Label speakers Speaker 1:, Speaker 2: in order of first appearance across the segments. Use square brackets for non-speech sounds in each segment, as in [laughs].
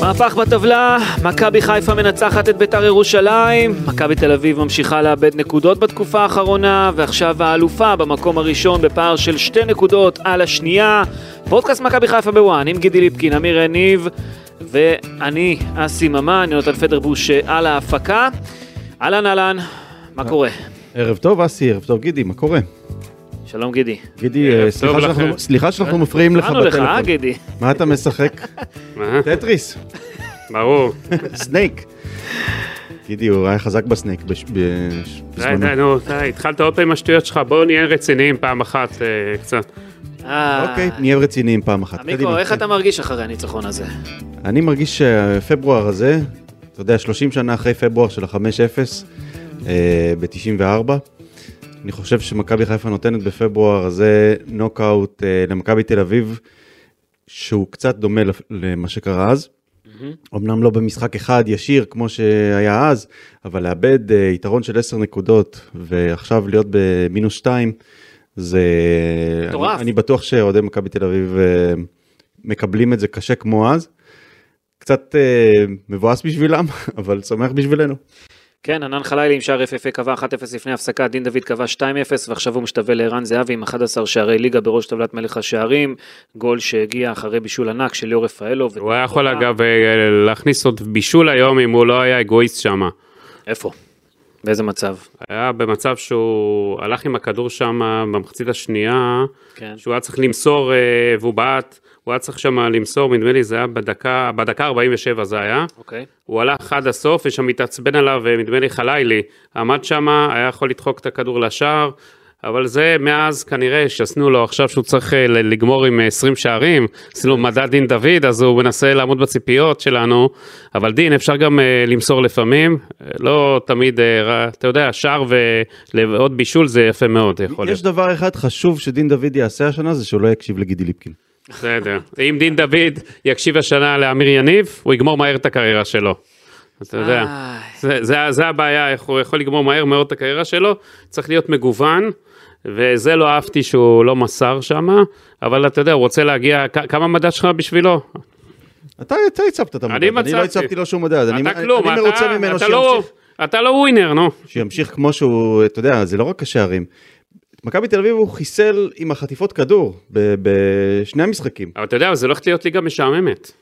Speaker 1: מהפך בטבלה, מכבי חיפה מנצחת את ביתר ירושלים, מכבי תל אביב ממשיכה לאבד נקודות בתקופה האחרונה, ועכשיו האלופה במקום הראשון בפער של שתי נקודות על השנייה. פודקאסט מכבי חיפה בוואן עם גידי ליפקין, אמיר יניב ואני, אסי ממן, יונתן פדרבוש על ההפקה. אהלן אהלן,
Speaker 2: אה.
Speaker 1: מה קורה?
Speaker 2: ערב טוב אסי, ערב טוב גידי, מה קורה?
Speaker 1: שלום גידי.
Speaker 2: גידי, אה, סליחה שאנחנו- סליחה שאנחנו מפריעים לך
Speaker 1: באנו לך,
Speaker 2: בטלפון. אוקיי,
Speaker 1: אה גידי?
Speaker 2: מה אתה משחק?
Speaker 3: מה?
Speaker 2: טטריס,
Speaker 3: אה, ברור.
Speaker 2: סנייק. גידי הוא היה חזק בסנייק בש- בש-
Speaker 3: די,
Speaker 2: בזמנו.
Speaker 3: די, נו, די, התחלת עוד פעם עם השטויות שלך, בואו נהיה רציניים פעם אחת אה, קצת.
Speaker 1: אה,
Speaker 2: אוקיי, נהיה רציניים פעם אחת.
Speaker 1: עמיקו,
Speaker 2: קדימה. כן.
Speaker 1: איך אתה מרגיש אחרי הניצחון הזה?
Speaker 2: אני מרגיש שפברואר הזה, אתה יודע, 30 שנה אחרי פברואר של ה-5-0 אה, ב-94, אני חושב שמכבי חיפה נותנת בפברואר הזה נוקאוט אה, למכבי תל אביב, שהוא קצת דומה לפ- למה שקרה אז. אמנם לא במשחק אחד ישיר כמו שהיה אז, אבל לאבד אה, יתרון של 10 נקודות ועכשיו להיות במינוס 2, זה...
Speaker 1: מטורף.
Speaker 2: אני, אני בטוח שאוהדי מכבי תל אביב אה, מקבלים את זה קשה כמו אז. קצת אה, מבואס בשבילם, [laughs] אבל שמח בשבילנו.
Speaker 1: כן, ענן חלילי עם שער יפהפה קבע 1-0 לפני הפסקה, דין דוד קבע 2-0 ועכשיו הוא משתווה לערן זהבי עם 11 שערי ליגה בראש טבלת מלך השערים, גול שהגיע אחרי בישול ענק של ליאור רפאלו. ו-
Speaker 3: הוא היה יכול אגב אה, להכניס עוד בישול היום אם הוא לא היה אגואיסט שם.
Speaker 1: איפה? באיזה מצב?
Speaker 3: היה במצב שהוא הלך עם הכדור שם במחצית השנייה,
Speaker 1: כן.
Speaker 3: שהוא היה צריך למסור אה, והוא בעט, הוא היה צריך שם למסור, נדמה לי זה היה בדקה, בדקה 47 זה היה.
Speaker 1: אוקיי.
Speaker 3: הוא הלך עד הסוף ושם התעצבן עליו, אה, נדמה לי חלילי, עמד שם, היה יכול לדחוק את הכדור לשער, אבל זה מאז כנראה שעשינו לו עכשיו שהוא צריך אה, ל- לגמור עם אה, 20 שערים, עשינו מדד דין דוד, אז הוא מנסה לעמוד בציפיות שלנו, אבל דין אפשר גם אה, למסור לפעמים, אה, לא תמיד, אה, ר- אתה יודע, שער ועוד בישול זה יפה מאוד, יכול להיות.
Speaker 2: יש דבר אחד חשוב שדין דוד יעשה השנה, זה שהוא לא יקשיב לגידי ליפקין.
Speaker 3: בסדר. אם דין דוד יקשיב השנה לאמיר יניב, הוא יגמור מהר את הקריירה שלו. אתה יודע,
Speaker 1: איי.
Speaker 3: זה, זה, זה הבעיה, איך הוא יכול לגמור מהר מאוד את הקריירה שלו, צריך להיות מגוון, וזה לא אהבתי שהוא לא מסר שם, אבל אתה יודע, הוא רוצה להגיע, כ- כמה מדד שלך בשבילו?
Speaker 2: אתה אתה הצבת את המדד,
Speaker 3: אני
Speaker 2: אני לא
Speaker 3: מצאתי.
Speaker 2: הצבתי לו שום מדד, אני
Speaker 3: אתה
Speaker 2: אני
Speaker 3: כלום,
Speaker 2: מרוצה
Speaker 3: אתה,
Speaker 2: ממנו
Speaker 3: אתה, לא,
Speaker 2: שימשיך-
Speaker 3: אתה לא ווינר, נו.
Speaker 2: שימשיך כמו שהוא, אתה יודע, זה לא רק השערים. את מכבי תל אביב הוא חיסל עם החטיפות כדור ב- בשני המשחקים.
Speaker 3: אבל אתה יודע, זה לא הולך להיות ליגה משעממת.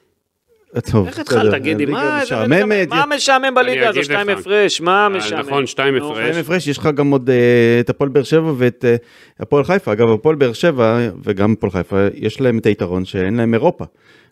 Speaker 2: אה, טוב,
Speaker 1: איך התחלת,
Speaker 2: בסדר,
Speaker 1: גידי?
Speaker 2: הליגה
Speaker 1: מה זה-
Speaker 2: משעממת,
Speaker 1: מה משעמם
Speaker 3: אני
Speaker 1: בליגה הזו?
Speaker 3: אגיד
Speaker 1: שתיים
Speaker 3: לך.
Speaker 1: הפרש, מה
Speaker 3: אה,
Speaker 1: משעמם?
Speaker 3: נכון, שתיים
Speaker 1: נו,
Speaker 3: הפרש.
Speaker 2: יש הפרש, יש לך גם עוד אה, את הפועל באר שבע ואת אה, הפועל חיפה. אגב, הפועל באר שבע וגם הפועל חיפה, יש להם את היתרון שאין להם אירופה.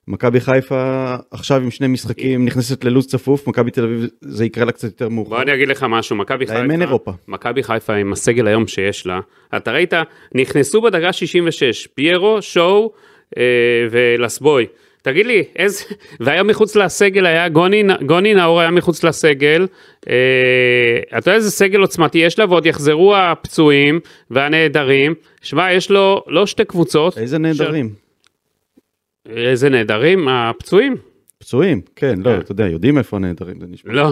Speaker 2: מכבי חיפה עכשיו עם שני משחקים נכנסת ללוז צפוף, מכבי תל אביב זה יקרה לה קצת יותר מאוחר.
Speaker 3: בוא אני אגיד לך משהו, מכבי
Speaker 2: להם
Speaker 3: חיפה,
Speaker 2: אין אירופה.
Speaker 3: מכבי חיפה עם הסגל היום שיש לה, אתה ראית, נכנסו בדקה 66, פיירו, שואו אה, ולסבוי. תגיד לי, איזה, [laughs] והיה מחוץ לסגל, היה גוני, גוני נאור היה מחוץ לסגל, אה, אתה יודע איזה סגל עוצמתי יש לה, ועוד יחזרו הפצועים והנעדרים, שמע, יש לו לא שתי קבוצות.
Speaker 2: איזה נהדרים.
Speaker 3: ש... איזה נעדרים? הפצועים?
Speaker 2: פצועים, כן, לא, אתה יודע, יודעים איפה הנהדרים, זה נשמע.
Speaker 3: לא,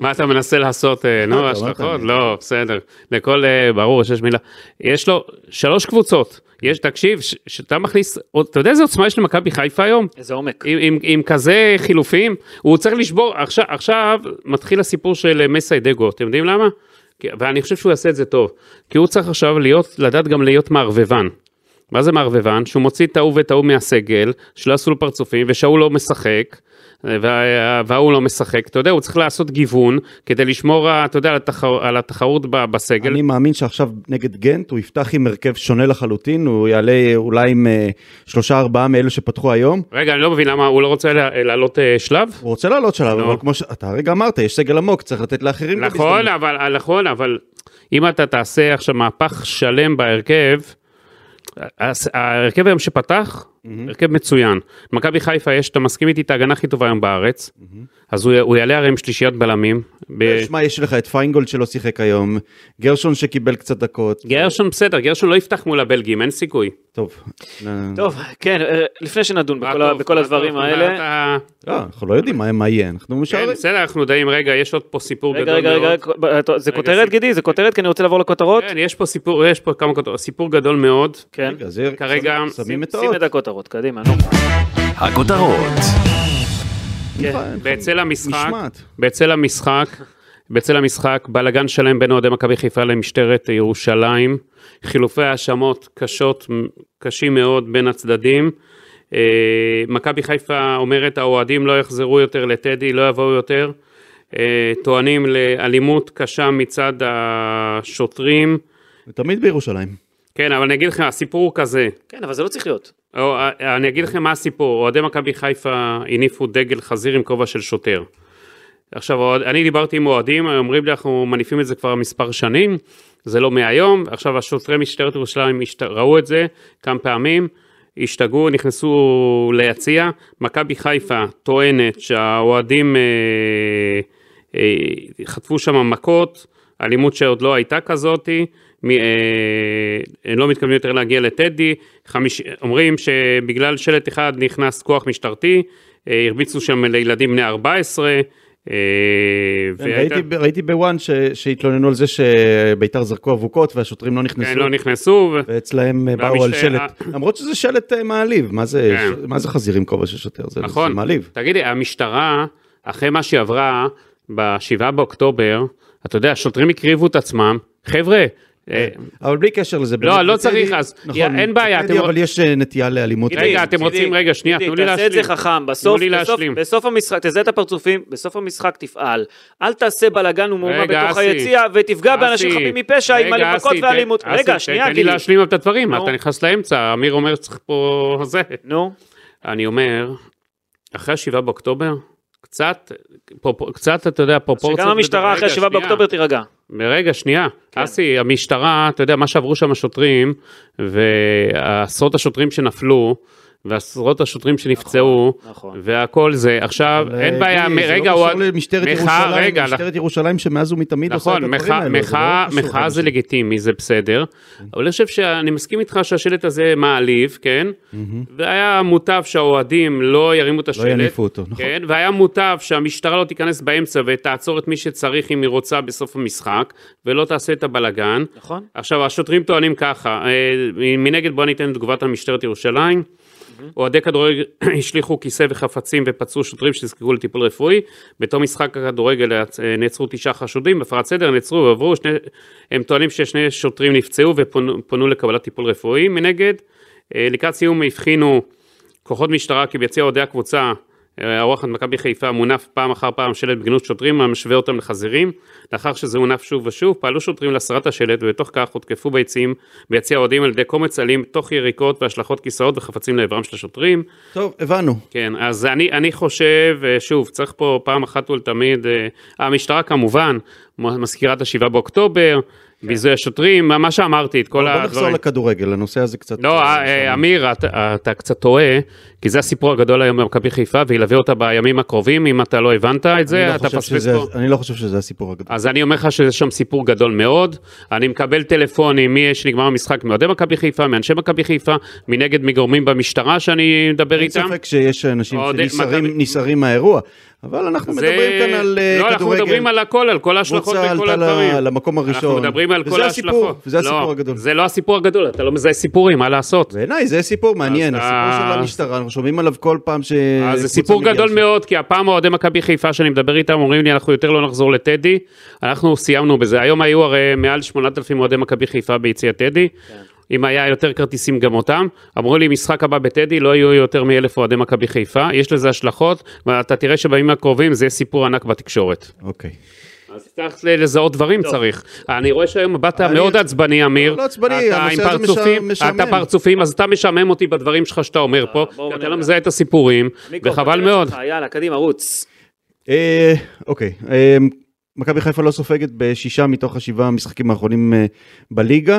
Speaker 3: מה אתה מנסה לעשות, אה, נו,
Speaker 2: אמרת,
Speaker 3: השלכות?
Speaker 2: אמרת.
Speaker 3: לא, בסדר. לכל, אה, ברור שיש מילה. יש לו שלוש קבוצות. יש, תקשיב, ש- שאתה מכניס, אתה יודע איזה עוצמה יש למכבי חיפה היום?
Speaker 1: איזה עומק.
Speaker 3: עם, עם, עם כזה חילופים, הוא צריך לשבור, עכשיו, עכשיו מתחיל הסיפור של אה, מסיידגו, אתם יודעים למה? כי- ואני חושב שהוא יעשה את זה טוב, כי הוא צריך עכשיו להיות, לדעת גם להיות מערבבן. מה זה מערבבן? שהוא מוציא את ההוא ואת ההוא מהסגל, שלא עשו לו פרצופים, ושההוא לא משחק, אה, וה- וההוא לא משחק, אתה יודע, הוא צריך לעשות גיוון, כדי לשמור, אה, אתה יודע, על, התחר, על התחרות ב- בסגל.
Speaker 2: אני מאמין שעכשיו נגד גנט הוא יפתח עם הרכב שונה לחלוטין, הוא יעלה אולי עם אה, שלושה ארבעה מאלו שפתחו היום.
Speaker 3: רגע, אני לא מבין למה הוא לא רוצה לה- לעלות אה, שלב?
Speaker 2: הוא רוצה לעלות שלב,
Speaker 3: לא.
Speaker 2: אבל כמו שאתה הרגע אמרת, יש סגל עמוק, צריך לתת לאחרים. גם
Speaker 3: נכון,
Speaker 2: הזדמנות.
Speaker 3: אבל, נכון, אבל אם אתה תעשה עכשיו מהפך שלם בהרכב, אז ההרכב היום שפתח, הרכב מצוין. מכבי חיפה יש, אתה מסכים איתי, את ההגנה הכי טובה היום בארץ. אז הוא, הוא יעלה הרי עם שלישיית בלמים. ב...
Speaker 2: אה, שמע, יש לך את פיינגולד שלא שיחק היום, גרשון שקיבל קצת דקות.
Speaker 3: גרשון בסדר, גרשון לא יפתח מול הבלגים, אין סיכוי.
Speaker 2: טוב. נ-
Speaker 1: טוב, כן, אה, לפני שנדון
Speaker 3: מה
Speaker 1: בכל
Speaker 3: טוב,
Speaker 1: ה- בכל
Speaker 3: מה
Speaker 1: הדברים
Speaker 3: טוב,
Speaker 1: האלה.
Speaker 3: אתה-
Speaker 2: לא, אנחנו לא יודעים מה- מה יהיה, אנחנו
Speaker 3: כן,
Speaker 2: משערים.
Speaker 3: בסדר, אנחנו דעים, רגע, יש עוד פה סיפור
Speaker 1: רגע,
Speaker 3: גדול
Speaker 1: רגע,
Speaker 3: מאוד.
Speaker 1: רגע, רגע, זה
Speaker 3: רגע,
Speaker 1: כותרת,
Speaker 3: סיפור.
Speaker 1: גידי? זה כותרת? כי אני רוצה לעבור לכותרות.
Speaker 3: כן, יש פה סיפור, יש פה כמה כותרות, סיפור גדול מאוד.
Speaker 1: כן.
Speaker 2: רגע, זה-
Speaker 3: כרגע-
Speaker 2: שמים- שמים את
Speaker 1: שים
Speaker 2: האות.
Speaker 1: את הכותרות, קדימה, נו.
Speaker 4: הכותרות.
Speaker 1: כן.
Speaker 2: נכון. אה,
Speaker 3: בצל המשחק,
Speaker 2: משמעת.
Speaker 3: בצל המשחק, בצל המשחק, בלאגן שלם בין אוהדי מכבי חיפה למשטרת ירושלים, חילופי האשמות קשות, קשים מאוד בין הצדדים. אה, מכבי חיפה אומרת האוהדים לא יחזרו יותר לטדי, לא יבואו יותר. אה, טוענים לאלימות קשה מצד השוטרים.
Speaker 2: תמיד בירושלים.
Speaker 3: כן, אבל אני אגיד לך, הסיפור הוא כזה,
Speaker 1: כן, אבל זה לא צריך להיות.
Speaker 3: או, אה, אני אגיד לכם מה הסיפור, אוהדי מכבי חיפה הניפו דגל חזיר עם כובע של שוטר. עכשיו, אוהד- אני דיברתי עם אוהדים, הם אומרים לי, אנחנו מניפים את זה כבר מספר שנים, זה לא מהיום, עכשיו השוטרי משטרת ירושלים השת... ראו את זה כמה פעמים, השתגעו, נכנסו ליציע, מכבי חיפה טוענת שהאוהדים אה, אה, חטפו שם מכות, אלימות שעוד לא הייתה כזאתי, מ- אה, הם לא מתכוונים יותר להגיע לטדי, חמיש, אומרים שבגלל שלט אחד נכנס כוח משטרתי, אה, הרביצו שם לילדים בני 14, אה,
Speaker 2: כן,
Speaker 3: והייתה-
Speaker 2: ראיתי ב- ראיתי בוואן ש- שהתלוננו על זה שביתר זרקו אבוקות והשוטרים לא
Speaker 3: כן,
Speaker 2: נכנסו.
Speaker 3: לא נכנסו, ו-
Speaker 2: ואצלהם אה, באו על
Speaker 3: והמשטרה-
Speaker 2: שלט, למרות שזה שלט אה, מעליב, מה זה
Speaker 3: כן.
Speaker 2: מה זה חזיר עם כובע של שוטר? זה זה
Speaker 3: נכון.
Speaker 2: מעליב.
Speaker 3: תגידי, המשטרה, אחרי מה שהיא עברה ב-7 באוקטובר, אתה יודע, השוטרים הקריבו את עצמם, חבר'ה, אה,
Speaker 2: אבל בלי קשר לזה.
Speaker 3: לא,
Speaker 2: באמת,
Speaker 3: לא
Speaker 2: בטדי-
Speaker 3: צריך, אז-
Speaker 2: נכון,
Speaker 3: אין בעיה,
Speaker 2: בטדי,
Speaker 3: אתם-
Speaker 2: אבל יש אה, נטייה לאלימות.
Speaker 3: רגע,
Speaker 1: גידי,
Speaker 3: אתם
Speaker 1: גידי,
Speaker 3: רוצים- רגע, שנייה,
Speaker 1: גידי,
Speaker 3: תנו לי
Speaker 1: תעשה את זה
Speaker 3: להשלים.
Speaker 1: חכם, בסוף,
Speaker 3: לי
Speaker 1: בסוף,
Speaker 3: להשלים.
Speaker 1: בסוף המשחק, תזהה את הפרצופים, בסוף המשחק תפעל. אל תעשה בלאגן ומהומה
Speaker 3: רגע,
Speaker 1: בתוך
Speaker 3: אסי,
Speaker 1: היציע, ותפגע באנשים
Speaker 3: אסי,
Speaker 1: חפים מפשע עם
Speaker 3: רגע,
Speaker 1: מכות
Speaker 3: אסי,
Speaker 1: ואלימות.
Speaker 3: תן-
Speaker 1: רגע,
Speaker 3: אסי,
Speaker 1: שנייה,
Speaker 3: תן לי
Speaker 1: גידי.
Speaker 3: להשלים את הדברים,
Speaker 1: נו.
Speaker 3: אתה נכנס לאמצע, אמיר אומר צריך פה זה.
Speaker 1: נו,
Speaker 3: אני אומר, אחרי 7 באוקטובר, קצת, פרופ- קצת, אתה יודע, פרופורציות.
Speaker 1: שגם המשטרה
Speaker 3: רגע,
Speaker 1: אחרי 7
Speaker 3: שנייה.
Speaker 1: באוקטובר תירגע.
Speaker 3: רגע, שנייה.
Speaker 1: כן.
Speaker 3: אסי, המשטרה, אתה יודע, מה שעברו שם השוטרים, ועשרות השוטרים שנפלו, ועשרות השוטרים שנפצעו,
Speaker 1: נכון.
Speaker 3: והכל זה. עכשיו,
Speaker 2: אבל,
Speaker 3: אין
Speaker 2: אה,
Speaker 3: בעיה,
Speaker 2: גילי,
Speaker 3: מ-
Speaker 2: זה
Speaker 3: רגע,
Speaker 2: לא
Speaker 3: הוא...
Speaker 2: קשור למשטרת
Speaker 3: מחאה,
Speaker 2: ירושלים,
Speaker 3: רגע,
Speaker 2: משטרת ירושלים שמאז ומתמיד עושה את
Speaker 3: נכון,
Speaker 2: הדברים
Speaker 3: מחאה-
Speaker 2: האלו. זה לא
Speaker 3: מחאה
Speaker 2: קשור אחד
Speaker 3: מחאה זה
Speaker 2: לשני. אוקיי.
Speaker 3: לגיטימי, זה בסדר. אבל אני חושב שאני מסכים איתך שהשלט הזה מעליב, כן? והיה מוטב שהאוהדים לא ירימו את השלט.
Speaker 2: יניפו אותו, נכון.
Speaker 3: כן, והיה מוטב שהמשטרה לא תיכנס באמצע ותעצור את מי שצריך אם היא רוצה בסוף המשחק, ולא תעשה את הבלגן.
Speaker 1: נכון.
Speaker 3: עכשיו, השוטרים טוענים ככה, אה, מנגד בוא ניתן תגובת על משטרת ירושלים. אוהדי כדורגל [clears throat] השליכו כיסא וחפצים ופצעו שוטרים שנזקקו לטיפול רפואי. בתום משחק הכדורגל אה, נעצרו תשעה חשודים, בהפרת סדר נעצרו ועברו, שני, הם טוענים ששני שוטרים נפצעו ופונו פונו לקבלת טיפול רפואי. מנגד, אה, לקראת סיום הבחינו כוחות משטרה כי ביציע אוהדי הקבוצה, אה, האורחת מכבי חיפה מונף פעם אחר פעם שלט בגנות שוטרים המשווה אותם לחזירים. לאחר שזה הונף שוב ושוב, פעלו שוטרים להסרת השלט ובתוך כך הותקפו ביציעים ביציע האוהדים על ידי קומץ אלים תוך יריקות והשלכות כיסאות וחפצים לעברם של השוטרים.
Speaker 2: טוב, הבנו.
Speaker 3: כן, אז אני, אני חושב, אה, שוב, צריך פה פעם אחת ולתמיד, אה, המשטרה כמובן, מ- מזכירה את השבעה באוקטובר, ביזוי השוטרים, מה- מה שאמרתי, את כל
Speaker 2: כן. בוא נחזור
Speaker 3: הדברים.
Speaker 2: לכדורגל, הנושא הזה קצת...
Speaker 3: לא, אה, אה, אמיר, אתה, אתה קצת טועה, כי זה הסיפור הגדול היום במכבי חיפה, וילווה אותה בימים הקרובים, אם אתה לא הבנת את
Speaker 2: אני לא
Speaker 3: זה, אתה
Speaker 2: חושב
Speaker 3: פספס
Speaker 2: שזה-
Speaker 3: פה.
Speaker 2: אני לא חושב שזה הסיפור הגדול.
Speaker 3: אז אני אומר לך שזה שם סיפור גדול מאוד. אני מקבל טלפונים מי שנגמר המשחק מאוהדי מכבי חיפה, מאנשי מכבי חיפה, מנגד מגורמים במשטרה שאני מדבר
Speaker 2: אין
Speaker 3: איתם.
Speaker 2: ספק שיש אנשים
Speaker 3: אוהדי-
Speaker 2: שנסערים
Speaker 3: מכבי-
Speaker 2: נסערים מהאירוע, אבל אנחנו מדברים כאן על אה,
Speaker 3: לא, אנחנו
Speaker 2: כדורגל.
Speaker 3: מדברים על הכל, על כל ההשלכות
Speaker 2: קבוצה
Speaker 3: וכל
Speaker 2: עלתה ל-
Speaker 3: הדברים.
Speaker 2: למקום הראשון.
Speaker 3: אנחנו מדברים על
Speaker 2: וזה
Speaker 3: כל
Speaker 2: הסיפור,
Speaker 3: ההשלכות.
Speaker 2: וזה
Speaker 3: לא,
Speaker 2: הסיפור הגדול.
Speaker 3: זה לא הסיפור הגדול, אתה לא מזהה סיפורים, מה לעשות?
Speaker 2: בעיניי זה סיפור מעניין,
Speaker 3: אז-
Speaker 2: הסיפור של המשטרה, אנחנו שומעים עליו כל פעם ש...
Speaker 3: אז זה
Speaker 2: קבוצה
Speaker 3: סיפור
Speaker 2: מגיעה
Speaker 3: גדול
Speaker 2: לשם.
Speaker 3: מאוד, כי הפעם אוהדי מכבי חיפה שאני מדבר איתם אומרים לי, אנחנו יותר לא נחזור לטדי. אנחנו סיימנו בזה. היום היו הרי מעל 8,000 אוהדי מכבי חיפה ביציע טדי.
Speaker 2: כן.
Speaker 3: אם היה יותר כרטיסים גם אותם, אמרו לי, משחק הבא בטדי לא יהיו יותר מאלף אוהדי מכבי חיפה, יש לזה השלכות, ואתה תראה שבימים הקרובים זה יהיה סיפור ענק בתקשורת.
Speaker 2: אוקיי.
Speaker 3: אז צריך ל- לזהות דברים צריך. אני רואה שהיום באת
Speaker 2: אני-
Speaker 3: מאוד עצבני, אמיר.
Speaker 2: לא עצבני,
Speaker 3: אתה
Speaker 2: הנושא
Speaker 3: עם
Speaker 2: הזה
Speaker 3: פרצופים-
Speaker 2: משעמם.
Speaker 3: אתה פרצופים, אז אתה משעמם אותי בדברים שלך שאתה אומר
Speaker 2: אה,
Speaker 3: פה,
Speaker 1: בואו
Speaker 3: כי אתה
Speaker 1: נרגע.
Speaker 3: לא מזהה את הסיפורים,
Speaker 1: מיקו,
Speaker 3: וחבל
Speaker 1: בצד
Speaker 3: מאוד.
Speaker 1: שלך, יאללה, קדימה, רוץ.
Speaker 2: אה, אוקיי, אה, מכבי חיפה לא סופגת בשישה מתוך השבעה המשחקים האחרונים אה, בליגה.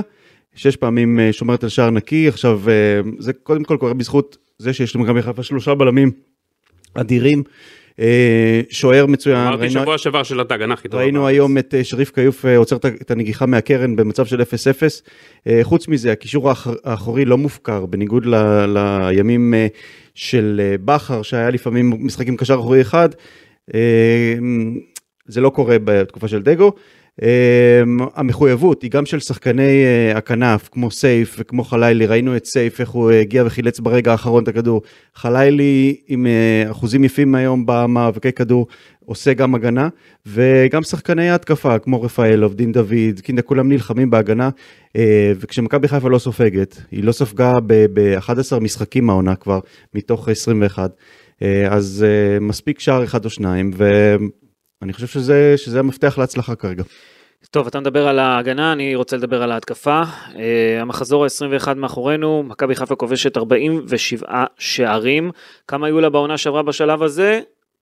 Speaker 2: שש פעמים אה, שומרת על שער נקי, עכשיו אה, זה קודם כל קורה בזכות זה שיש למכבי חיפה שלושה בלמים אדירים. אה, שוער מצוין,
Speaker 3: אמרתי
Speaker 2: ראינו,
Speaker 3: שבוע שעבר של הדג, אנכי. תודה
Speaker 2: ראינו
Speaker 3: רבה.
Speaker 2: היום את אה, שריף כיוף אה, עוצר את ה- את הנגיחה מהקרן במצב של 0-0. אה, חוץ מזה, הקישור האח- האחורי לא מופקר, בניגוד ל, לימים אה, של אה, בכר, שהיה לפעמים משחק עם קשר אחורי אחד. אה, זה לא קורה בתקופה של דגו. אה, המחויבות היא גם של שחקני אה, הכנף, כמו סייף וכמו חלילי, ראינו את סייף, איך הוא אה, הגיע וחילץ ברגע האחרון את הכדור. חלילי עם אה, אחוזים יפים היום במאבקי כדור, עושה גם הגנה, וגם שחקני ההתקפה, כמו רפאלוב, דין דוד, קינדה, כולם נלחמים בהגנה, אה, וכשמכבי חיפה לא סופגת, היא לא ספגה ב-11 משחקים העונה כבר, מתוך 21, אה, אז אה, מספיק שער אחד או שניים, ואני חושב שזה, שזה המפתח להצלחה כרגע.
Speaker 1: טוב, אתה מדבר על ההגנה, אני רוצה לדבר על ההתקפה. אה, המחזור ה-21 מאחורינו, מכבי חיפה כובשת 47 שערים. כמה היו לה בעונה שעברה בשלב הזה?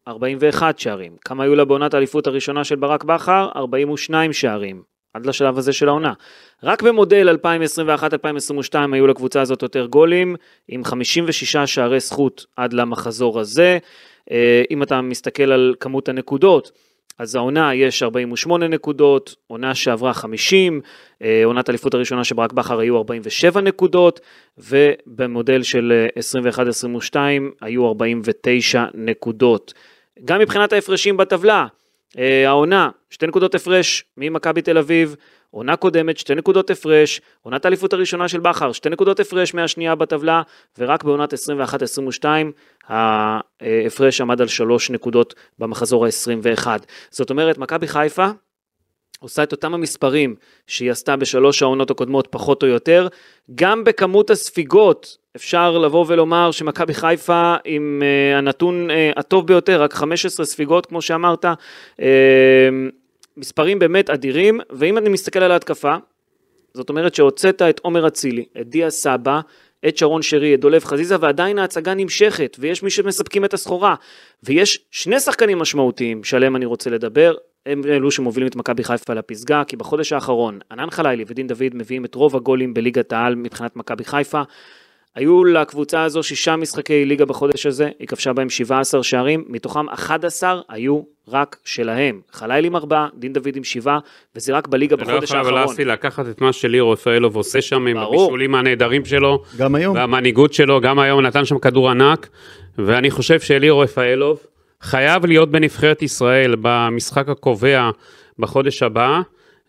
Speaker 1: 41 שערים. כמה היו לה בעונת האליפות הראשונה של ברק בכר? 42 שערים. עד לשלב הזה של העונה. רק במודל 2021-2022 היו לקבוצה הזאת יותר גולים, עם 56 שערי זכות עד למחזור הזה. אה, אם אתה מסתכל על כמות הנקודות, אז העונה יש 48 נקודות, עונה שעברה 50, אה, עונת האליפות הראשונה שברק בכר היו 47 נקודות, ובמודל של אה, 21-22 היו 49 נקודות. גם מבחינת ההפרשים בטבלה, אה, העונה, שתי נקודות הפרש ממכבי תל אביב, עונה קודמת, שתי נקודות הפרש, עונת האליפות הראשונה של בכר, שתי נקודות הפרש מהשנייה בטבלה, ורק בעונת 21-22 ההפרש עמד על שלוש נקודות במחזור ה-21. זאת אומרת, מכבי חיפה עושה את אותם המספרים שהיא עשתה בשלוש העונות הקודמות, פחות או יותר. גם בכמות הספיגות אפשר לבוא ולומר שמכבי חיפה עם uh, הנתון uh, הטוב ביותר, רק 15 ספיגות, כמו שאמרת. Uh, מספרים באמת אדירים, ואם אני מסתכל על ההתקפה, זאת אומרת שהוצאת את עומר אצילי, את דיה סבא, את שרון שרי, את דולב חזיזה, ועדיין ההצגה נמשכת, ויש מי שמספקים את הסחורה. ויש שני שחקנים משמעותיים שעליהם אני רוצה לדבר, הם אלו שמובילים את מכבי חיפה לפסגה, כי בחודש האחרון, ענן חלילי ודין דוד מביאים את רוב הגולים בליגת העל מבחינת מכבי חיפה. היו לקבוצה הזו שישה משחקי ליגה בחודש הזה, היא כבשה בהם 17 שערים, מתוכם 11 היו רק שלהם. חלילי עם ארבעה, דין דוד עם שבעה, וזה רק בליגה
Speaker 3: אתה לא
Speaker 1: בחודש
Speaker 3: יכול
Speaker 1: האחרון.
Speaker 3: אבל אסי לקחת את מה שליאור רפאלוב עושה שם עם
Speaker 1: ברור.
Speaker 3: הבישולים הנהדרים שלו,
Speaker 2: גם היום.
Speaker 3: והמנהיגות שלו, גם היום נתן שם כדור ענק, ואני חושב שאליאור רפאלוב חייב להיות בנבחרת ישראל במשחק הקובע בחודש הבא.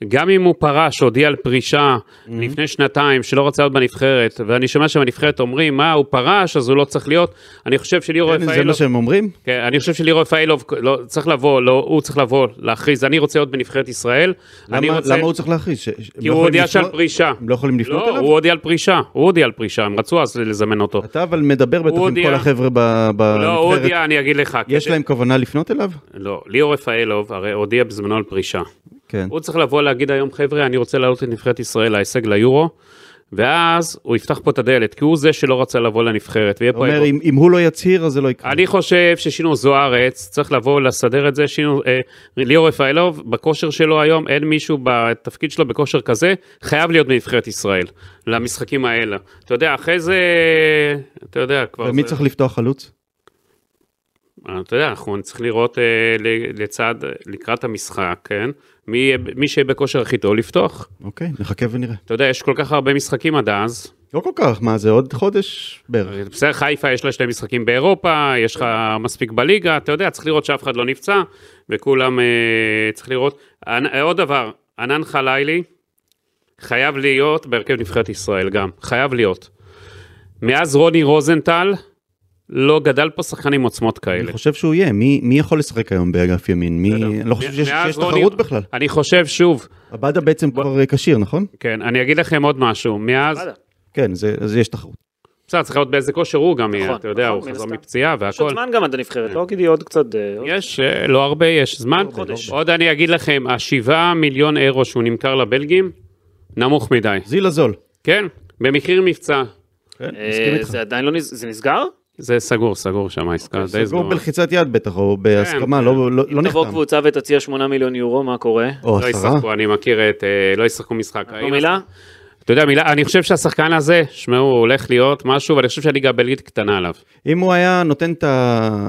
Speaker 3: גם אם הוא פרש, הודיע על פרישה mm-hmm. לפני שנתיים, שלא רצה להיות בנבחרת, ואני שומע שבנבחרת אומרים, מה, הוא פרש, אז הוא לא צריך להיות. אני חושב שליאור
Speaker 2: כן, זה
Speaker 3: רפאלוב...
Speaker 2: מה שהם אומרים?
Speaker 3: כן, אני חושב שלירוי רפאלוב לא, צריך לבוא, לא, הוא צריך לבוא, להכריז, אני רוצה להיות בנבחרת ישראל. אני
Speaker 2: למה,
Speaker 3: רוצה,
Speaker 2: למה הוא צריך להכריז? ש- ש- הם
Speaker 3: כי
Speaker 2: לא
Speaker 3: הוא
Speaker 2: יכולים
Speaker 3: הודיע
Speaker 2: לפנות-
Speaker 3: שעל פרישה.
Speaker 2: הם לא יכולים לפנות
Speaker 3: לא,
Speaker 2: אליו?
Speaker 3: הוא הודיע על פרישה, הוא הודיע על פרישה, הם רצו אז לזמן אותו.
Speaker 2: אתה אבל מדבר בטח עם
Speaker 3: הודיע-
Speaker 2: כל החבר'ה ב- בנבחרת.
Speaker 3: לא, הוא הודיע, אני אגיד לך.
Speaker 2: יש
Speaker 3: כדי-
Speaker 2: להם כוונה לפנות אליו?
Speaker 3: לא, ליאור רפאלוב הרי הודיע בזמנו על פרישה.
Speaker 2: כן.
Speaker 3: הוא צריך לבוא להגיד היום, חבר'ה, אני רוצה לעלות לנבחרת ישראל, ההישג ליורו, ואז הוא יפתח פה את הדלת, כי הוא זה שלא רצה לבוא לנבחרת, ויהיה
Speaker 2: אתה
Speaker 3: פה...
Speaker 2: אומר,
Speaker 3: אגו.
Speaker 2: אם, אם הוא לא יצהיר, אז זה לא יקרה.
Speaker 3: אני חושב ששינו זוארץ, צריך לבוא לסדר את זה, שינו, אה, ליאור רפאלוב, בכושר שלו היום, אין מישהו בתפקיד שלו בכושר כזה, חייב להיות בנבחרת ישראל, למשחקים האלה. אתה יודע, אחרי זה, אתה יודע, כבר...
Speaker 2: ומי
Speaker 3: זה, אה,
Speaker 2: צריך לפתוח חלוץ?
Speaker 3: אתה יודע, אנחנו צריכים לראות אה, ל- לצד, לקראת המשחק, כן? מי, יהיה- מי שיהיה בכושר הכי טוב לפתוח.
Speaker 2: אוקיי, נחכה ונראה.
Speaker 3: אתה יודע, יש כל כך הרבה משחקים עד אז.
Speaker 2: לא כל כך, מה זה עוד חודש בערך.
Speaker 3: בסדר, חיפה יש לה שני משחקים באירופה, יש לך מספיק בליגה, אתה יודע, צריך לראות שאף אחד לא נפצע, וכולם, אה, צריך לראות. ענ- אה, עוד דבר, ענן חלילי חייב להיות בהרכב נבחרת ישראל גם, חייב להיות. מאז רוני רוזנטל, לא גדל פה שחקן עם עוצמות כאלה.
Speaker 2: אני חושב שהוא יהיה, מי, מי יכול לשחק היום באגף ימין? מי... אני לא חושב שיש,
Speaker 3: מאז
Speaker 2: שיש
Speaker 3: רוני-
Speaker 2: תחרות בכלל.
Speaker 3: אני חושב, שוב,
Speaker 2: עבדה בעצם כבר אה, כשיר, נכון?
Speaker 3: כן, אני אגיד לכם עוד משהו, מאז...
Speaker 1: בסדר,
Speaker 2: כן, זה, אז יש תחרות.
Speaker 3: בסדר, צריך לראות באיזה כושר הוא גם יהיה,
Speaker 1: נכון,
Speaker 3: אתה יודע,
Speaker 1: נכון,
Speaker 3: הוא
Speaker 1: מן
Speaker 3: חזר
Speaker 1: הסתם.
Speaker 3: מפציעה
Speaker 1: יש עוד
Speaker 3: והכל.
Speaker 1: זמן גם עד
Speaker 2: כן.
Speaker 1: הנבחרת, לא גידי עוד קצת... אה, עוד-
Speaker 3: יש, אה, לא הרבה, יש זמן.
Speaker 1: עוד חודש.
Speaker 3: עוד אני אגיד לכם, השבעה מיליון אירו שהוא נמכר לבלגים, נמוך מדי.
Speaker 2: זיל הזול.
Speaker 3: כן, במחיר מבצע.
Speaker 2: כן,
Speaker 1: אה,
Speaker 2: מסכים איתך.
Speaker 1: זה עדיין לא נס... זה נסגר?
Speaker 3: זה סגור, סגור שם העסקה, אה, די
Speaker 2: סגור
Speaker 3: אוקיי, סגור.
Speaker 2: בלחיצת יד בטח, או בהסכמה,
Speaker 3: כן.
Speaker 2: לא, לא, לא
Speaker 1: תבוא
Speaker 2: נחתם.
Speaker 1: קבוצה ותציע 8 מיליון יורו, מה קורה?
Speaker 2: או
Speaker 3: לא
Speaker 2: עשרה.
Speaker 3: ישחקו, אני מכיר את, אה, לא ישחקו משחק.
Speaker 1: לא מילה?
Speaker 3: אתה יודע, מילה, אני חושב שהשחקן הזה, שמעו, הוא הולך להיות משהו, ואני חושב שהליגה הבלגית קטנה עליו.
Speaker 2: אם הוא היה נותן את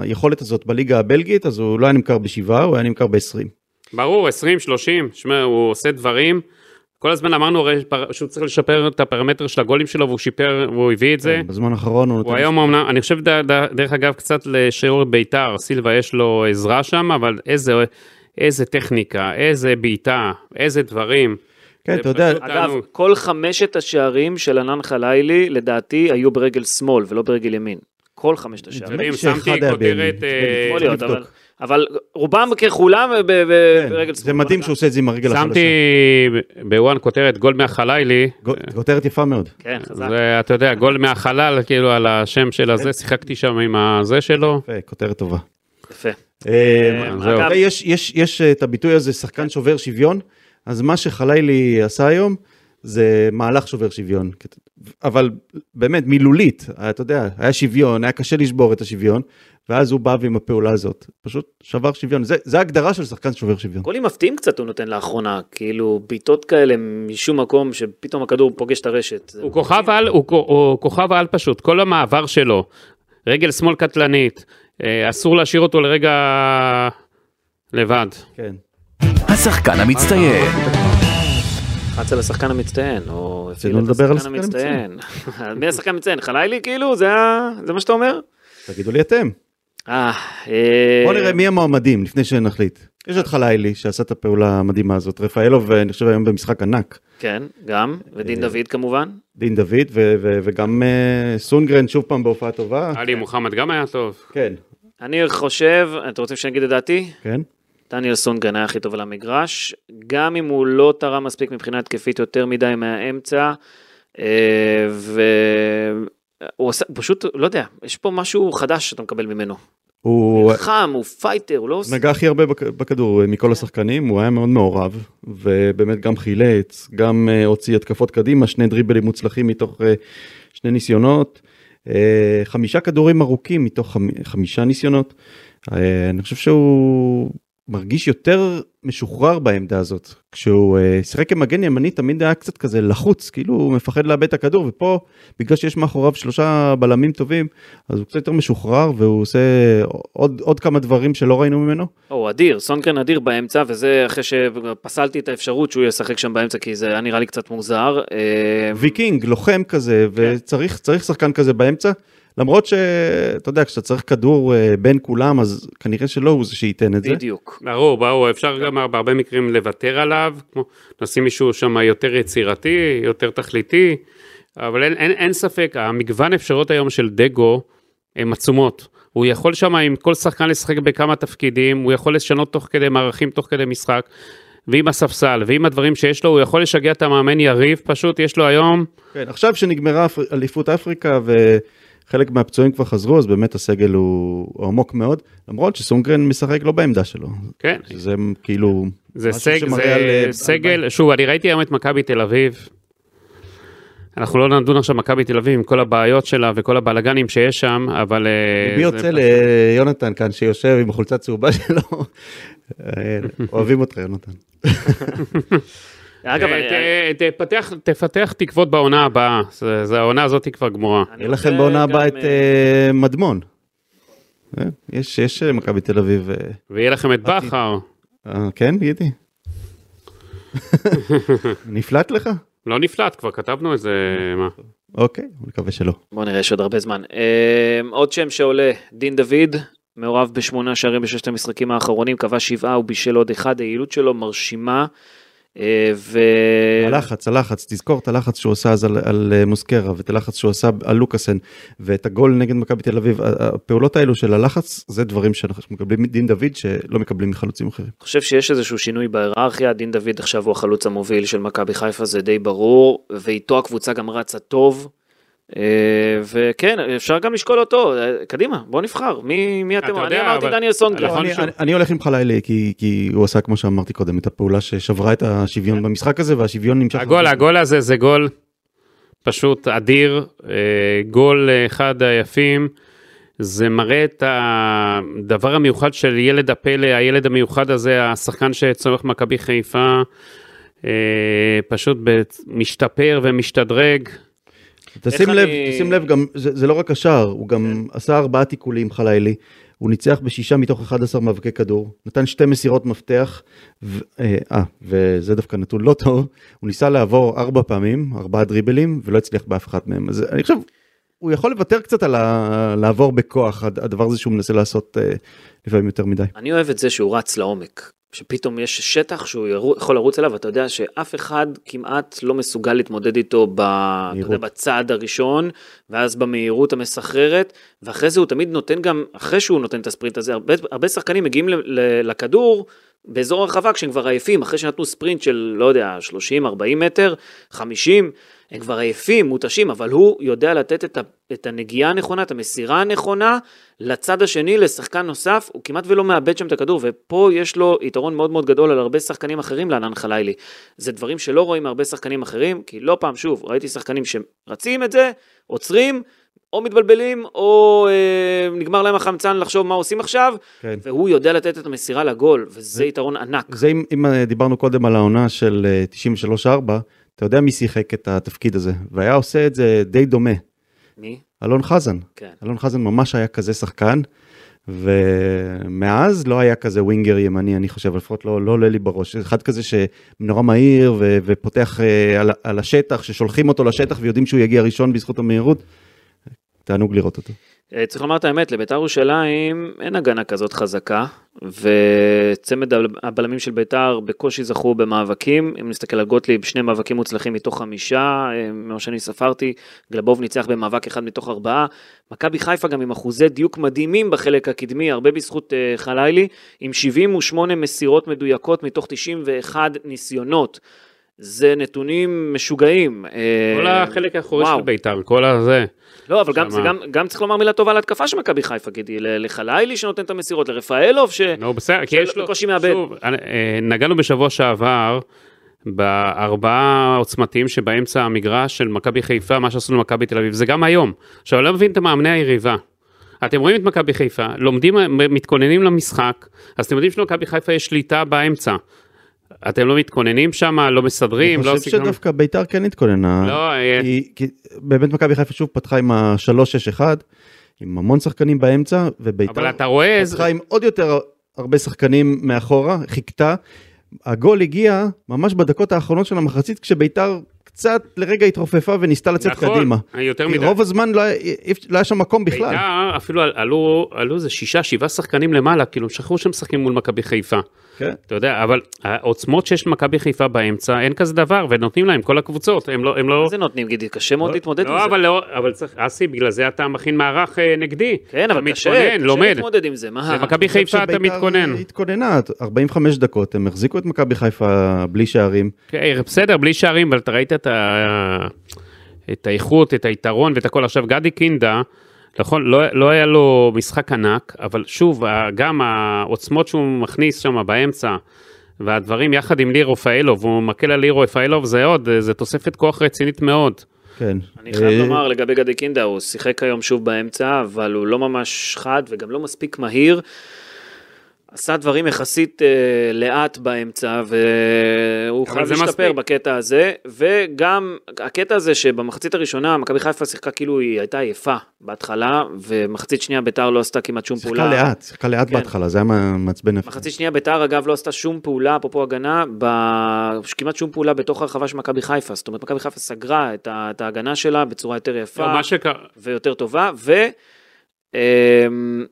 Speaker 2: היכולת הזאת בליגה הבלגית, אז הוא לא היה נמכר בשבעה, הוא היה נמכר ב-20.
Speaker 3: ברור, 20, 30, שמע, הוא עושה דברים. כל הזמן אמרנו הרי פר- שהוא צריך לשפר את הפרמטר של הגולים שלו, והוא שיפר, והוא הביא את זה.
Speaker 2: כן, בזמן האחרון הוא
Speaker 3: הוא
Speaker 2: נותן...
Speaker 3: היום אמנם, אני חושב, ד- ד- דרך אגב, קצת לשיעור בית"ר, סילבה יש לו עזרה שם, אבל איזה, איזה טכניקה, איזה בעיטה, איזה דברים.
Speaker 2: כן,
Speaker 3: זה
Speaker 2: אתה יודע,
Speaker 3: פשוט-
Speaker 1: אגב,
Speaker 3: תענוג.
Speaker 1: כל חמשת השערים של ענן חלילי, לדעתי, היו ברגל שמאל ולא ברגל ימין. כל חמשת
Speaker 3: אתה
Speaker 1: השערים.
Speaker 3: יודע, אם
Speaker 2: שאחד
Speaker 3: שמתי
Speaker 2: היה
Speaker 3: כותרת,
Speaker 2: בימין.
Speaker 3: אה,
Speaker 1: יכול
Speaker 2: צריך
Speaker 1: להיות,
Speaker 2: לבדוק.
Speaker 1: אבל- אבל רובם ככולם ב- ב- ברגל שמאל.
Speaker 2: כן, זה מדהים שהוא עושה את זה עם הרגל החלשה.
Speaker 3: שמתי בוואן כותרת גול מהחלילי,
Speaker 2: גו- כותרת יפה מאוד.
Speaker 1: כן, חזק.
Speaker 3: זה, אתה יודע, גול מהחלל, כאילו, על השם של הזה, שיחקתי שם עם הזה שלו.
Speaker 2: יפה, כותרת טובה.
Speaker 1: יפה.
Speaker 2: אה, כן.
Speaker 1: אה,
Speaker 3: זהו.
Speaker 1: אגב,
Speaker 2: אתה יודע, יש, יש, יש אה, את הביטוי הזה, שחקן שובר שוויון, אז מה שחלילי עשה היום, זה מהלך שובר שוויון. אבל באמת, מילולית, אתה יודע, היה שוויון, היה קשה לשבור את השוויון, ואז הוא בא ועם הפעולה הזאת, פשוט שבר שוויון. זה, זה ההגדרה של שחקן שובר שוויון.
Speaker 1: גולים מפתיעים קצת הוא נותן לאחרונה, כאילו בעיטות כאלה משום מקום שפתאום הכדור פוגש את הרשת. זה-
Speaker 3: הוא כוכב על, הוא, כו- הוא כוכב על פשוט, כל המעבר שלו, רגל שמאל קטלנית, אה, אסור להשאיר אותו לרגע לבד.
Speaker 2: כן.
Speaker 4: השחקן המצטיין.
Speaker 1: לחץ על השחקן המצטיין, או הפעיל
Speaker 2: רצינו
Speaker 1: את
Speaker 2: לדבר כאילו, על
Speaker 1: השחקן
Speaker 2: השחקן
Speaker 1: המצטיין. מי השחקן המצטיין? חלילי כאילו? זה ה- זה מה שאתה אומר?
Speaker 2: תגידו לי אתם.
Speaker 1: אה, אה,
Speaker 2: בואו נראה מי המועמדים לפני שנחליט. יש את חלילי שעשה את הפעולה המדהימה הזאת, רפאלוב, אה, אני חושב היום במשחק ענק.
Speaker 1: כן, גם,
Speaker 2: אה,
Speaker 1: ודין דוד כמובן.
Speaker 2: דין דוד ו- ו- וגם אה, סונגרן שוב פעם בהופעה טובה.
Speaker 3: עלי מוחמד גם היה טוב.
Speaker 2: כן.
Speaker 1: אני חושב, אתם רוצים שאני אגיד את דעתי?
Speaker 2: כן?
Speaker 1: דניאל סונגרן היה הכי טוב על המגרש, גם אם הוא לא תרם מספיק מבחינה התקפית יותר מדי מהאמצע, אה, והוא עושה, הוא פשוט, לא יודע, יש פה משהו חדש שאתה מקבל ממנו.
Speaker 2: הוא אה,
Speaker 1: חם, הוא פייטר, הוא לא עושה...
Speaker 2: נגע הכי הרבה בכ- בכדור אה, מכל השחקנים, הוא היה מאוד מעורב, ובאמת גם חילץ, גם אה, הוציא התקפות קדימה, שני דריבלים מוצלחים מתוך אה, שני ניסיונות, אה, חמישה כדורים ארוכים מתוך חמ- חמישה ניסיונות. אה, אני חושב שהוא מרגיש יותר משוחרר בעמדה הזאת. כשהוא אה, שיחק כמגן ימני תמיד היה קצת כזה לחוץ, כאילו הוא מפחד לאבד את הכדור, ופה בגלל שיש מאחוריו שלושה בלמים טובים, אז הוא קצת יותר משוחרר והוא עושה עוד, עוד כמה דברים שלא ראינו ממנו.
Speaker 1: או, הוא אדיר, סונגרן אדיר באמצע, וזה אחרי שפסלתי את האפשרות שהוא ישחק שם באמצע, כי זה היה נראה לי קצת מוזר. אה,
Speaker 2: ויקינג, לוחם כזה, וצריך צריך שחקן כזה באמצע, למרות שאתה יודע, כשאתה צריך כדור אה, בין כולם, אז כנראה שלא הוא זה שייתן את זה.
Speaker 1: בדיוק.
Speaker 3: ברור, ברור, אפשר גם בהרבה מקרים לוותר עליו, כמו נשים מישהו שם יותר יצירתי, יותר תכליתי, אבל אין, אין, אין ספק, המגוון אפשרויות היום של דגו הן עצומות. הוא יכול שם עם כל שחקן לשחק בכמה תפקידים, הוא יכול לשנות תוך כדי מערכים, תוך כדי משחק, ועם הספסל, ועם הדברים שיש לו, הוא יכול לשגע את המאמן יריב, פשוט יש לו היום,
Speaker 2: כן, עכשיו שנגמרה אפר- אליפות אפריקה וחלק מהפצועים כבר חזרו, אז באמת הסגל הוא, הוא עמוק מאוד, למרות שסונגרן משחק לא בעמדה שלו.
Speaker 3: כן,
Speaker 2: זה כאילו...
Speaker 3: זה,
Speaker 2: משהו
Speaker 3: סג,
Speaker 2: שמראה
Speaker 3: זה
Speaker 2: על, אה, על
Speaker 3: סגל, שוב, אני ראיתי היום את מכבי תל אביב. אנחנו לא נדון עכשיו מכבי תל אביב עם כל הבעיות שלה וכל הבלגנים שיש שם, אבל... אה,
Speaker 2: ליבי
Speaker 3: זה-
Speaker 2: יוצא ליונתן כאן שיושב עם החולצה הצהובה שלו. אה, אוהבים אותך יונתן.
Speaker 1: אגב,
Speaker 3: אה,
Speaker 1: אני-
Speaker 3: ת- אה, תפתח- תפתח תקוות בעונה הבאה, זה- זה- העונה הזאת היא כבר גמורה.
Speaker 1: אני
Speaker 2: יהיה
Speaker 1: רוצה
Speaker 2: לכם בעונה
Speaker 1: גם,
Speaker 2: הבאה את
Speaker 1: אה,
Speaker 2: אה, מדמון. אה, יש יש אה, מכבי תל אביב. אה,
Speaker 3: ויהיה לכם את בכר,
Speaker 2: אה, כן גידי? נפלט לך?
Speaker 3: לא נפלט, כבר כתבנו את זה, מה.
Speaker 2: אוקיי, אני מקווה שלא.
Speaker 1: בוא נראה, יש עוד הרבה זמן. אה, עוד שם שעולה, דין דוד, מעורב בשמונה שערים בששת המשחקים האחרונים, קבע שבעה, הוא בישל עוד אחד, היעילות שלו מרשימה. אה, ו...
Speaker 2: הלחץ, הלחץ, תזכור את הלחץ שהוא עשה אז על, על אה, מוסקרה, ואת הלחץ שהוא עשה על לוקאסן, ואת הגול נגד מכבי תל אביב, ה- הפעולות האלו של הלחץ, זה דברים שאנחנו מקבלים מדין דוד שלא מקבלים מחלוצים אחרים.
Speaker 1: אני חושב שיש איזשהו שינוי בהיררכיה, דין דוד עכשיו הוא החלוץ המוביל של מכבי חיפה, זה די ברור, ואיתו הקבוצה גם רצה טוב. אה, וכן, אפשר גם לשקול אותו, אה, קדימה, בוא נבחר, מי, מי אתם,
Speaker 3: אתה
Speaker 1: אני
Speaker 3: יודע,
Speaker 1: אמרתי
Speaker 3: אבל-
Speaker 1: דניאל סונגרן.
Speaker 3: נכון,
Speaker 2: אני,
Speaker 3: שוב.
Speaker 2: אני, אני הולך עם חלילי כי, כי הוא עשה כמו שאמרתי קודם את הפעולה ששברה את השוויון במשחק הזה והשוויון נמשך.
Speaker 3: הגול, הגול הזה זה גול פשוט אדיר, אה, גול אה, אחד היפים. זה מראה את הדבר המיוחד של ילד הפלא, הילד המיוחד הזה, השחקן שצומח מכבי חיפה, אה, פשוט בצ- משתפר ומשתדרג.
Speaker 2: תשים
Speaker 1: איך
Speaker 2: לב,
Speaker 1: אני- כן.
Speaker 2: תשים לב, גם, זה, זה לא רק השער, הוא גם עשה ארבעה תיקולים חלילי, הוא ניצח בשישה מתוך 11 מאבקי כדור, נתן שתי מסירות מפתח, ו, אה, אה, וזה דווקא נתון לא טוב, הוא ניסה לעבור ארבע פעמים, ארבעה דריבלים, ולא הצליח באף אחת מהם, אז אני חושב, הוא יכול לוותר קצת על ה, לעבור בכוח, הד- הדבר הזה שהוא מנסה לעשות אה, לפעמים יותר מדי.
Speaker 1: אני אוהב את זה שהוא רץ לעומק, שפתאום יש שטח שהוא ירו- יכול לרוץ אליו, ואתה יודע שאף אחד כמעט לא מסוגל להתמודד איתו ב... אתה יודע,
Speaker 2: מהירות.
Speaker 1: בצעד הראשון, ואז במהירות המסחררת, ואחרי זה הוא תמיד נותן גם, אחרי שהוא נותן את הספרינט הזה, הרבה, הרבה שחקנים מגיעים ל- ל- לכדור. באזור הרחבה כשהם כבר עייפים, אחרי שנתנו ספרינט של, לא יודע, 30, 40 מטר, 50, הם כבר עייפים, מותשים, אבל הוא יודע לתת את, ה, את הנגיעה הנכונה, את המסירה הנכונה, לצד השני, לשחקן נוסף, הוא כמעט ולא מאבד שם את הכדור, ופה יש לו יתרון מאוד מאוד גדול על הרבה שחקנים אחרים לענן חלילי. זה דברים שלא רואים מהרבה שחקנים אחרים, כי לא פעם, שוב, ראיתי שחקנים שרצים את זה, עוצרים, או מתבלבלים, או אה, נגמר להם החמצן לחשוב מה עושים עכשיו,
Speaker 2: כן.
Speaker 1: והוא יודע לתת את המסירה לגול, וזה יתרון ענק.
Speaker 2: זה אם, אם אה, דיברנו קודם על העונה של אה, 93-4, אתה יודע מי שיחק את התפקיד הזה, והיה עושה את זה די דומה.
Speaker 1: מי?
Speaker 2: אלון חזן.
Speaker 1: כן.
Speaker 2: אלון חזן ממש היה כזה שחקן, ומאז לא היה כזה ווינגר ימני, אני חושב, לפחות לא, לא עולה לי בראש. אחד כזה שנורא מהיר ו- ופותח אה, על, על השטח, ששולחים אותו לשטח ויודעים שהוא יגיע ראשון בזכות המהירות. תענוג לראות אותו.
Speaker 1: אה, צריך לומר את האמת, לביתר ירושלים אין הגנה כזאת חזקה, וצמד הבל- הבלמים של ביתר בקושי זכו במאבקים. אם נסתכל על גוטליב, שני מאבקים מוצלחים מתוך חמישה, אה, ממה שאני ספרתי, גלבוב ניצח במאבק אחד מתוך ארבעה. מכבי חיפה גם עם אחוזי דיוק מדהימים בחלק הקדמי, הרבה בזכות אה, חלילי, עם 78 מסירות מדויקות מתוך 91 ניסיונות. זה נתונים משוגעים. אה,
Speaker 3: כל החלק האחורי
Speaker 1: וואו.
Speaker 3: של בית"ר, כל הזה.
Speaker 1: לא, אבל גם, זה
Speaker 3: שמה.
Speaker 1: גם, גם צריך לומר מילה טובה על התקפה של מכבי חיפה, גידי, ל- לחלילי שנותן את המסירות, לרפאלוב, ש...
Speaker 3: נו, בסדר, כי יש לו...
Speaker 1: בקושי מאבד.
Speaker 3: שוב, אה, אה, נגענו בשבוע שעבר בארבעה עוצמתיים שבאמצע המגרש של מכבי חיפה, מה שעשו למכבי תל אביב, זה גם היום. עכשיו, אני לא מבין את מאמני היריבה. אתם רואים את מכבי חיפה, לומדים, אה, מתכוננים למשחק, אז אתם יודעים שלמכבי חיפה יש שליטה באמצע. אתם לא מתכוננים שם, לא מסדרים,
Speaker 2: אני
Speaker 3: לא
Speaker 2: חושב
Speaker 3: עושים... כלום.
Speaker 2: שדווקא ביתר כן התכוננה.
Speaker 3: לא, אה,
Speaker 2: כי, כי באמת מכבי חיפה שוב פתחה עם ה-3-6-1, עם המון שחקנים באמצע, וביתר...
Speaker 3: אבל אתה רואה... איזה-
Speaker 2: פתחה עם עוד יותר הרבה שחקנים מאחורה, חיכתה. הגול הגיע ממש בדקות האחרונות של המחצית, כשביתר קצת לרגע התרופפה וניסתה לצאת
Speaker 3: נכון,
Speaker 2: קדימה.
Speaker 3: יותר
Speaker 2: כי
Speaker 3: מדי.
Speaker 2: רוב הזמן לא היה, אי אפשר- לא היה שם מקום בכלל.
Speaker 3: בית"ר אפילו על- עלו, עלו איזה שישה, שבעה שחקנים למעלה, כאילו הם שכחו שהם משחקים מול מכבי חיפה.
Speaker 2: כן.
Speaker 3: אתה יודע, אבל העוצמות שיש למכבי חיפה באמצע, אין כזה דבר, ונותנים להם כל הקבוצות, הם לא... הם לא...
Speaker 1: מה זה נותנים, גידי? קשה מאוד להתמודד עם
Speaker 3: לא,
Speaker 1: זה.
Speaker 3: אבל לא, אבל צריך, אסי, בגלל זה אתה מכין מערך אה, נגדי.
Speaker 1: כן,
Speaker 3: אתה
Speaker 1: אבל קשה,
Speaker 3: מתכונן,
Speaker 1: קשה
Speaker 3: לומד.
Speaker 1: להתמודד עם זה, מה?
Speaker 3: למכבי חיפה אתה
Speaker 2: שביתר
Speaker 3: מתכונן.
Speaker 2: התכוננה, 45 דקות, הם החזיקו את מכבי חיפה בלי שערים.
Speaker 3: כן, בסדר, בלי שערים, אבל אתה ראית את, ה... את האיכות, את היתרון ואת הכל. עכשיו, גדי קינדה, נכון, לא, לא היה לו משחק ענק, אבל שוב, ה- גם העוצמות שהוא מכניס שם באמצע, והדברים יחד עם ליר רפאלוב, הוא מקל על ליר רפאלוב, זה עוד, זה תוספת כוח רצינית מאוד.
Speaker 2: כן.
Speaker 1: אני חייב
Speaker 2: אה,
Speaker 1: לומר לגבי גדי קינדה, הוא שיחק היום שוב באמצע, אבל הוא לא ממש חד וגם לא מספיק מהיר. עשה דברים יחסית אה, לאט באמצע, והוא
Speaker 3: אבל
Speaker 1: חייב
Speaker 3: זה
Speaker 1: להשתפר
Speaker 3: מספיק.
Speaker 1: בקטע הזה, וגם הקטע הזה שבמחצית הראשונה מכבי חיפה שיחקה כאילו היא הייתה עייפה בהתחלה, ומחצית שנייה ביתר לא עשתה כמעט שום פעולה.
Speaker 2: שיחקה לאט, שיחקה לאט
Speaker 1: כן.
Speaker 2: בהתחלה, זה היה מע- מעצבן. אפילו.
Speaker 1: מחצית שנייה ביתר אגב לא עשתה שום פעולה, אפרופו הגנה, ב... כמעט שום פעולה בתוך הרחבה של מכבי חיפה, זאת אומרת מכבי חיפה סגרה את, ה... את ההגנה שלה בצורה יותר יפה
Speaker 3: לא, מה שקרה,
Speaker 1: ויותר טובה, ו... אמ,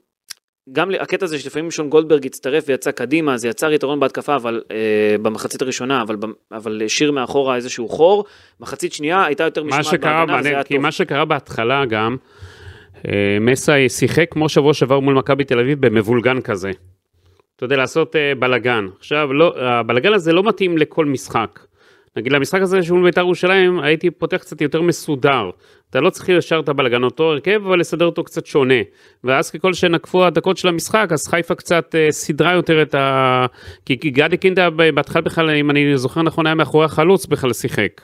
Speaker 1: גם הקטע הזה שלפעמים שון גולדברג הצטרף ויצא קדימה, זה יצר יתרון בהתקפה, אבל אה, במחצית הראשונה, אבל, במ- אבל השאיר מאחורה איזשהו חור, מחצית שנייה הייתה יותר
Speaker 3: מה
Speaker 1: משמעת
Speaker 3: שקרה,
Speaker 1: בהגנה, וזה
Speaker 3: מעניין,
Speaker 1: היה
Speaker 3: כי
Speaker 1: טוב.
Speaker 3: מה שקרה בהתחלה גם, אה, מסאי שיחק כמו שבוע שעבר מול מכבי תל אביב במבולגן כזה. אתה יודע, לעשות אה, בלגן. עכשיו, לא, הבלגן הזה לא מתאים לכל משחק. נגיד, למשחק הזה שמול בית"ר ירושלים, הייתי פותח קצת יותר מסודר. אתה לא צריך ישר את הבלגן, אותו הרכב, אבל לסדר אותו קצת שונה. ואז ככל שנקפו הדקות של המשחק, אז חיפה קצת אה, סידרה יותר את ה... כי כי גדי קינדה בהתחלה בכלל, אם אני זוכר נכון, היה מאחורי החלוץ בכלל שיחק.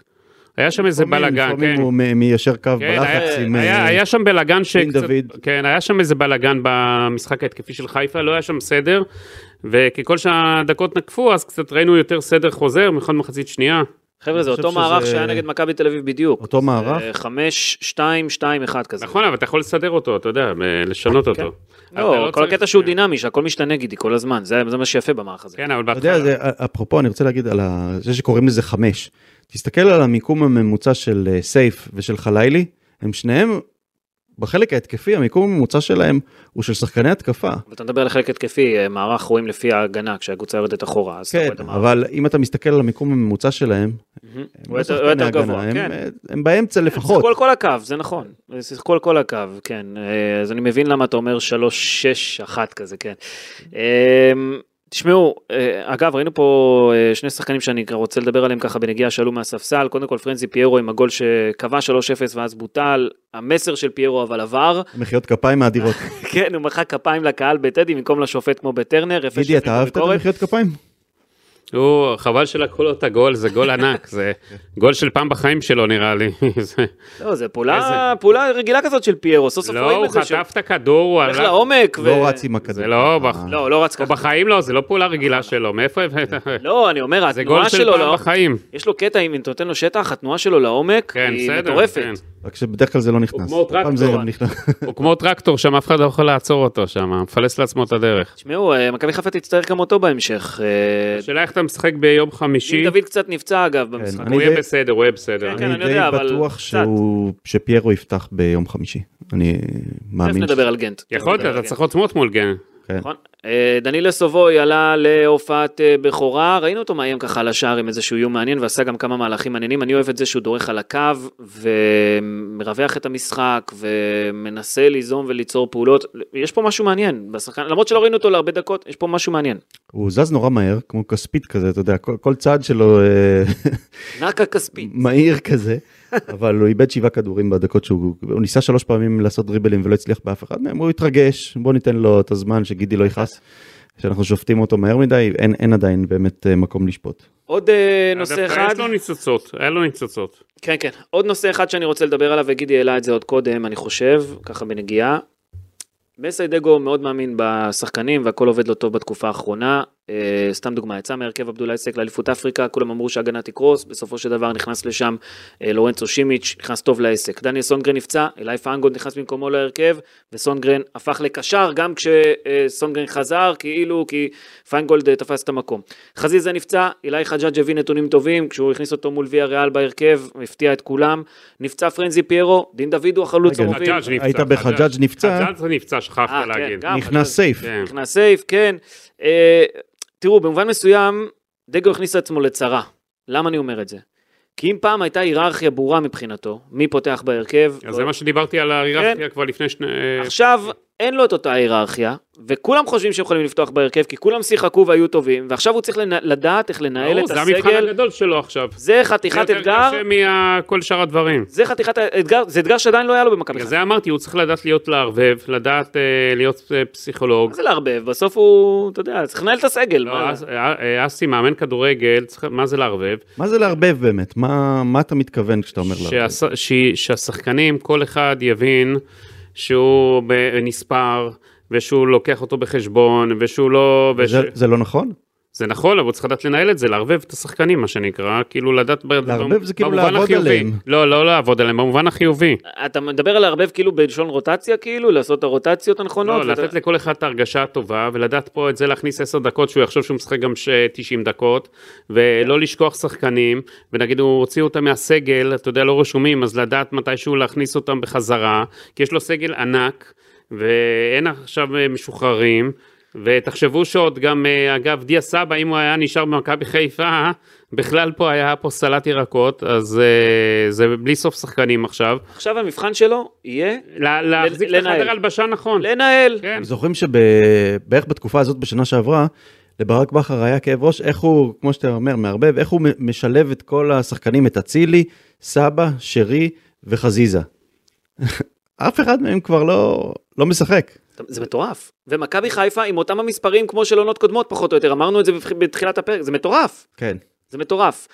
Speaker 3: היה שם איזה
Speaker 2: לפעמים-
Speaker 3: בלאגן,
Speaker 2: לפעמים
Speaker 3: כן.
Speaker 2: הוא מ- מיישר קו
Speaker 3: כן,
Speaker 2: בלחץ
Speaker 3: היה-
Speaker 2: עם...
Speaker 3: היה-
Speaker 2: אה,
Speaker 3: היה שם בלאגן ש...
Speaker 2: דין דוד.
Speaker 3: כן, היה שם איזה בלאגן במשחק ההתקפי של חיפה, לא היה שם סדר, וככל שהדקות נקפו, אז קצת ראינו יותר סדר חוזר, במיוחד מחצית שנייה.
Speaker 1: חבר'ה, זה
Speaker 2: אני
Speaker 1: אותו
Speaker 2: חושב
Speaker 1: מערך
Speaker 2: שזה-
Speaker 1: שהיה נגד מכבי תל אביב בדיוק. אה,
Speaker 2: אותו
Speaker 3: אה,
Speaker 2: מערך?
Speaker 1: 5, 2, 2, 1 כזה.
Speaker 3: נכון, אבל אתה יכול לסדר אותו, אתה יודע, ב- לשנות אותו. אתה
Speaker 1: כן. לא, כל
Speaker 3: צריך-
Speaker 1: הקטע שהוא
Speaker 3: כן.
Speaker 1: דינמי, שהכל משתנה גידי כל הזמן, זה זה מה שיפה במערך הזה.
Speaker 3: כן, אבל
Speaker 2: אתה יודע,
Speaker 3: בהתחלה.
Speaker 2: זה, אפרופו, אני רוצה להגיד על ה- זה שקוראים לזה חמש. תסתכל על המיקום הממוצע של אה, סייף ושל חלילי, הם שניהם, בחלק ההתקפי, המיקום הממוצע שלהם הוא של שחקני התקפה.
Speaker 3: כן.
Speaker 1: אבל אתה מדבר על חלק התקפי, אה, מערך רואים לפי ההגנה, כשהקבוצה יורדת אחורה, אז אתה רואה
Speaker 2: כן,
Speaker 1: את המערך.
Speaker 2: אבל אם אתה מסתכל על המיקום הממוצע שלהם,
Speaker 1: מהמם.
Speaker 2: הם
Speaker 1: הוא
Speaker 2: לא
Speaker 1: יותר- הוא
Speaker 2: שחקני
Speaker 1: יותר
Speaker 2: הגנה,
Speaker 1: גבוה,
Speaker 2: הם- אה,
Speaker 1: כן.
Speaker 2: הם באמצע לפחות.
Speaker 1: שיחקו על כל הקו, זה נכון. שיחקו על כל הקו, כן. אה, אז אני מבין למה אתה אומר 3-6-1 כזה, כן. אה, תשמעו, אה, אגב, ראינו פה אה, שני שחקנים שאני רוצה לדבר עליהם ככה בנגיעה שעלו מהספסל. קודם כל פרנזי פיירו עם הגול שקבע 3-0 ואז בוטל. המסר של פיירו אבל עבר. [laughs]
Speaker 2: מחיאות כפיים האדירות.
Speaker 1: כן, הוא מחא כפיים לקהל בטדי במקום לשופט כמו בטרנר. יפה
Speaker 2: גידי,
Speaker 1: שהפנימו
Speaker 2: אתה אהבת את
Speaker 1: ביקורת.
Speaker 2: המחיאות כפיים?
Speaker 3: הוא, חבל שלקחו לו את הגול, זה גול ענק, זה גול של פעם בחיים שלו נראה לי. זה-
Speaker 1: לא, זה פעולה, פעולה רגילה כזאת של פיירו. סוף סוף
Speaker 3: לא,
Speaker 1: רואים
Speaker 3: הוא
Speaker 1: את זה. שהוא
Speaker 3: חטף את הכדור, הוא
Speaker 1: הולך
Speaker 3: עלה.
Speaker 1: לעומק. ו-
Speaker 2: לא רץ עם הכדור.
Speaker 3: זה לא, בח-
Speaker 2: אה,
Speaker 1: לא, לא רץ
Speaker 3: הוא
Speaker 1: ככה.
Speaker 3: בחיים לא, זה לא פעולה רגילה שלו, מאיפה הבאת?
Speaker 1: לא, אני אומר,
Speaker 3: זה גול
Speaker 1: התנועה
Speaker 3: של
Speaker 1: שלו,
Speaker 3: פעם
Speaker 1: לא,
Speaker 3: בחיים.
Speaker 1: יש לו קטע, אם אתה נותן לו שטח, התנועה שלו לעומק
Speaker 3: כן,
Speaker 1: היא
Speaker 3: בסדר.
Speaker 1: מטורפת.
Speaker 3: כן.
Speaker 2: רק שבדרך כלל זה לא נכנס.
Speaker 3: כמו
Speaker 2: הפעם זה
Speaker 3: טרקטור.
Speaker 2: גם
Speaker 1: [laughs]
Speaker 2: נכנס.
Speaker 1: כן,
Speaker 3: הוא כמו טרקטור שם, אף אחד לא יכול לעצור אותו שם, מפלס לעצמו את הדרך.
Speaker 1: תשמעו, אה, מכבי חיפה תצטרך גם אותו בהמשך. אה,
Speaker 3: השאלה איך אתה משחק ביום חמישי,
Speaker 1: דין דוד קצת נפצע, אגב, במשחק.
Speaker 2: אני
Speaker 3: הוא יהיה
Speaker 2: די-
Speaker 3: בסדר, הוא יהיה בסדר.
Speaker 1: כן,
Speaker 2: אני
Speaker 1: אני יודע,
Speaker 2: די
Speaker 1: אבל
Speaker 2: בטוח
Speaker 1: קצת.
Speaker 2: שהוא- שפיירו יפתח ביום חמישי. אני
Speaker 1: תכף
Speaker 2: מאמין.
Speaker 1: נדבר על גנט.
Speaker 3: יכולת,
Speaker 1: תכף נדבר
Speaker 3: אתה
Speaker 1: על גנט.
Speaker 3: צריך עוצמות מול גן.
Speaker 2: כן.
Speaker 1: נכון. אה, דנילה סובוי עלה להופעת אה, בכורה, ראינו אותו מאיים ככה על השער עם איזשהו איום מעניין ועשה גם כמה מהלכים מעניינים. אני אוהב את זה שהוא דורך על הקו ומרווח את המשחק ומנסה ליזום וליצור פעולות. יש פה משהו מעניין בשחקן, למרות שלא ראינו אותו להרבה דקות, יש פה משהו מעניין.
Speaker 2: הוא זז נורא מהר, כמו כספית כזה, אתה יודע, כל, כל צעד שלו אה,
Speaker 1: נקה כספי.
Speaker 2: [laughs] מהיר כזה, אבל הוא איבד שבעה כדורים בדקות שהוא, הוא ניסה שלוש פעמים לעשות דריבלים ולא הצליח באף אחד מהם, הוא התרגש, בוא ניתן לו את הזמן שגידי לא יכעס, שאנחנו שופטים אותו מהר מדי, אין, אין עדיין באמת אה, מקום לשפוט.
Speaker 1: עוד אה, נושא
Speaker 3: דווקא
Speaker 1: אחד.
Speaker 3: יש לו ניצוצות, היה לו ניצוצות.
Speaker 1: כן, כן. עוד נושא אחד שאני רוצה לדבר עליו, וגידי העלה את זה עוד קודם, אני חושב, ככה בנגיעה. מסיידגו מאוד מאמין בשחקנים והכל עובד לו טוב בתקופה האחרונה. אה, סתם דוגמה, יצא מהרכב עבדולאי סק לאליפות אפריקה, כולם אמרו שההגנה תקרוס, בסופו של דבר נכנס לשם אה, לורנצו שימיץ', נכנס טוב לעסק. דניאל סונגרן נפצע, אלייף פאנגוד נכנס במקומו להרכב, וסונגרן הפך לקשר גם כשסונגרן חזר, כאילו, כי פיינגולד אה, תפס את המקום. חזיזה נפצע, אילי חג'אג' הביא נתונים טובים, כשהוא הכניס אותו מול ויה ריאל בהרכב, הפתיע את כולם. נפצע פרנזי פיירו, דין דוד הוא החלוץ
Speaker 2: רגע,
Speaker 1: המוביל.
Speaker 3: חג'אג' נפצע.
Speaker 2: אוקיי. היית בחג'אג'
Speaker 3: חג'אג'
Speaker 2: נפצע.
Speaker 3: חג'אג' זה נפצע,
Speaker 1: אה,
Speaker 3: שכחת
Speaker 1: כן,
Speaker 3: להגיד.
Speaker 1: גם.
Speaker 2: נכנס סייף.
Speaker 3: כן.
Speaker 1: נכנס סייף, כן. אה, תראו, במובן מסוים, דגו הכניס את עצמו לצרה. למה אני אומר את זה? כי אם פעם הייתה היררכיה ברורה מבחינתו, מי פותח בהרכב,
Speaker 3: אז זה מה שדיברתי על ההיררכיה כבר לפני שני...
Speaker 1: כן. עכשיו אין לו את אותה היררכיה, וכולם חושבים שהם יכולים לפתוח בהרכב, כי כולם שיחקו והיו טובים, ועכשיו הוא צריך לנ- לדעת איך לנהל
Speaker 3: ברור,
Speaker 1: את
Speaker 3: לא, זה המבחן
Speaker 1: הסגל.
Speaker 3: הגדול שלו עכשיו.
Speaker 1: זה חתיכת
Speaker 3: זה יותר
Speaker 1: אתגר,
Speaker 3: קשה מכל שאר הדברים.
Speaker 1: זה חתיכת אתגר, זה אתגר שעדיין לא היה לו במכבי
Speaker 3: בגלל
Speaker 1: חיפה.
Speaker 3: זה אמרתי, הוא צריך לדעת להיות לערבב, לדעת אה, להיות אה, פסיכולוג.
Speaker 1: מה זה לערבב? בסוף הוא, אתה יודע, צריך לנהל את הסגל.
Speaker 3: לא,
Speaker 1: מה-
Speaker 3: אס- אה, אה, אסי מאמן כדורגל, צריך- מה זה לערבב?
Speaker 2: מה זה לערבב באמת? מה, מה אתה מתכוון כשאתה אומר לערבב?
Speaker 3: שהס- ש- שהשחקנים, כל אחד יבין שהוא ב- נספר, ושהוא לוקח אותו בחשבון, ושהוא לא... וש-
Speaker 2: זה, זה לא נכון?
Speaker 3: זה נכון, אבל הוא צריך לדעת לנהל את זה, לערבב את השחקנים, מה שנקרא, כאילו לדעת... ב-
Speaker 2: לערבב זה כאילו
Speaker 3: במובן
Speaker 2: לעבוד
Speaker 3: החיובי.
Speaker 2: עליהם.
Speaker 3: לא, לא לעבוד עליהם, במובן החיובי.
Speaker 1: אתה מדבר על לערבב כאילו בלשון רוטציה, כאילו, לעשות את הרוטציות הנכונות?
Speaker 3: לא,
Speaker 1: ואתה-
Speaker 3: לתת לכל אחד את ההרגשה הטובה, ולדעת פה את זה להכניס 10 דקות, שהוא יחשוב שהוא משחק גם ש- 90 דקות,
Speaker 1: כן.
Speaker 3: ולא לשכוח שחקנים, ונגיד הוא הוציא אותם מהסגל, אתה יודע, לא רשומים, אז לדעת מתישהו להכניס אותם בחזרה, כי יש לו סגל ענק, ואין עכשיו אה, משוחררים, ותחשבו שעוד גם, אה, אגב, דיה סבא, אם הוא היה נשאר במכבי חיפה, בכלל פה היה פה סלט ירקות, אז אה, זה בלי סוף שחקנים עכשיו.
Speaker 1: עכשיו המבחן שלו יהיה
Speaker 3: לה- להחזיק את
Speaker 1: לנהל.
Speaker 3: החדר הלבשה נכון.
Speaker 1: לנהל.
Speaker 3: כן.
Speaker 2: זוכרים שבערך בתקופה הזאת בשנה שעברה, לברק בכר היה כאב ראש, איך הוא, כמו שאתה אומר, מערבב, איך הוא מ- משלב את כל השחקנים, את אצילי, סבא, שרי וחזיזה. [laughs] אף אחד מהם כבר לא, לא משחק.
Speaker 1: זה מטורף. ומכבי חיפה עם אותם המספרים כמו של עונות קודמות, פחות או יותר, אמרנו את זה בבח- בתחילת הפרק, זה מטורף.
Speaker 2: כן.
Speaker 1: זה מטורף.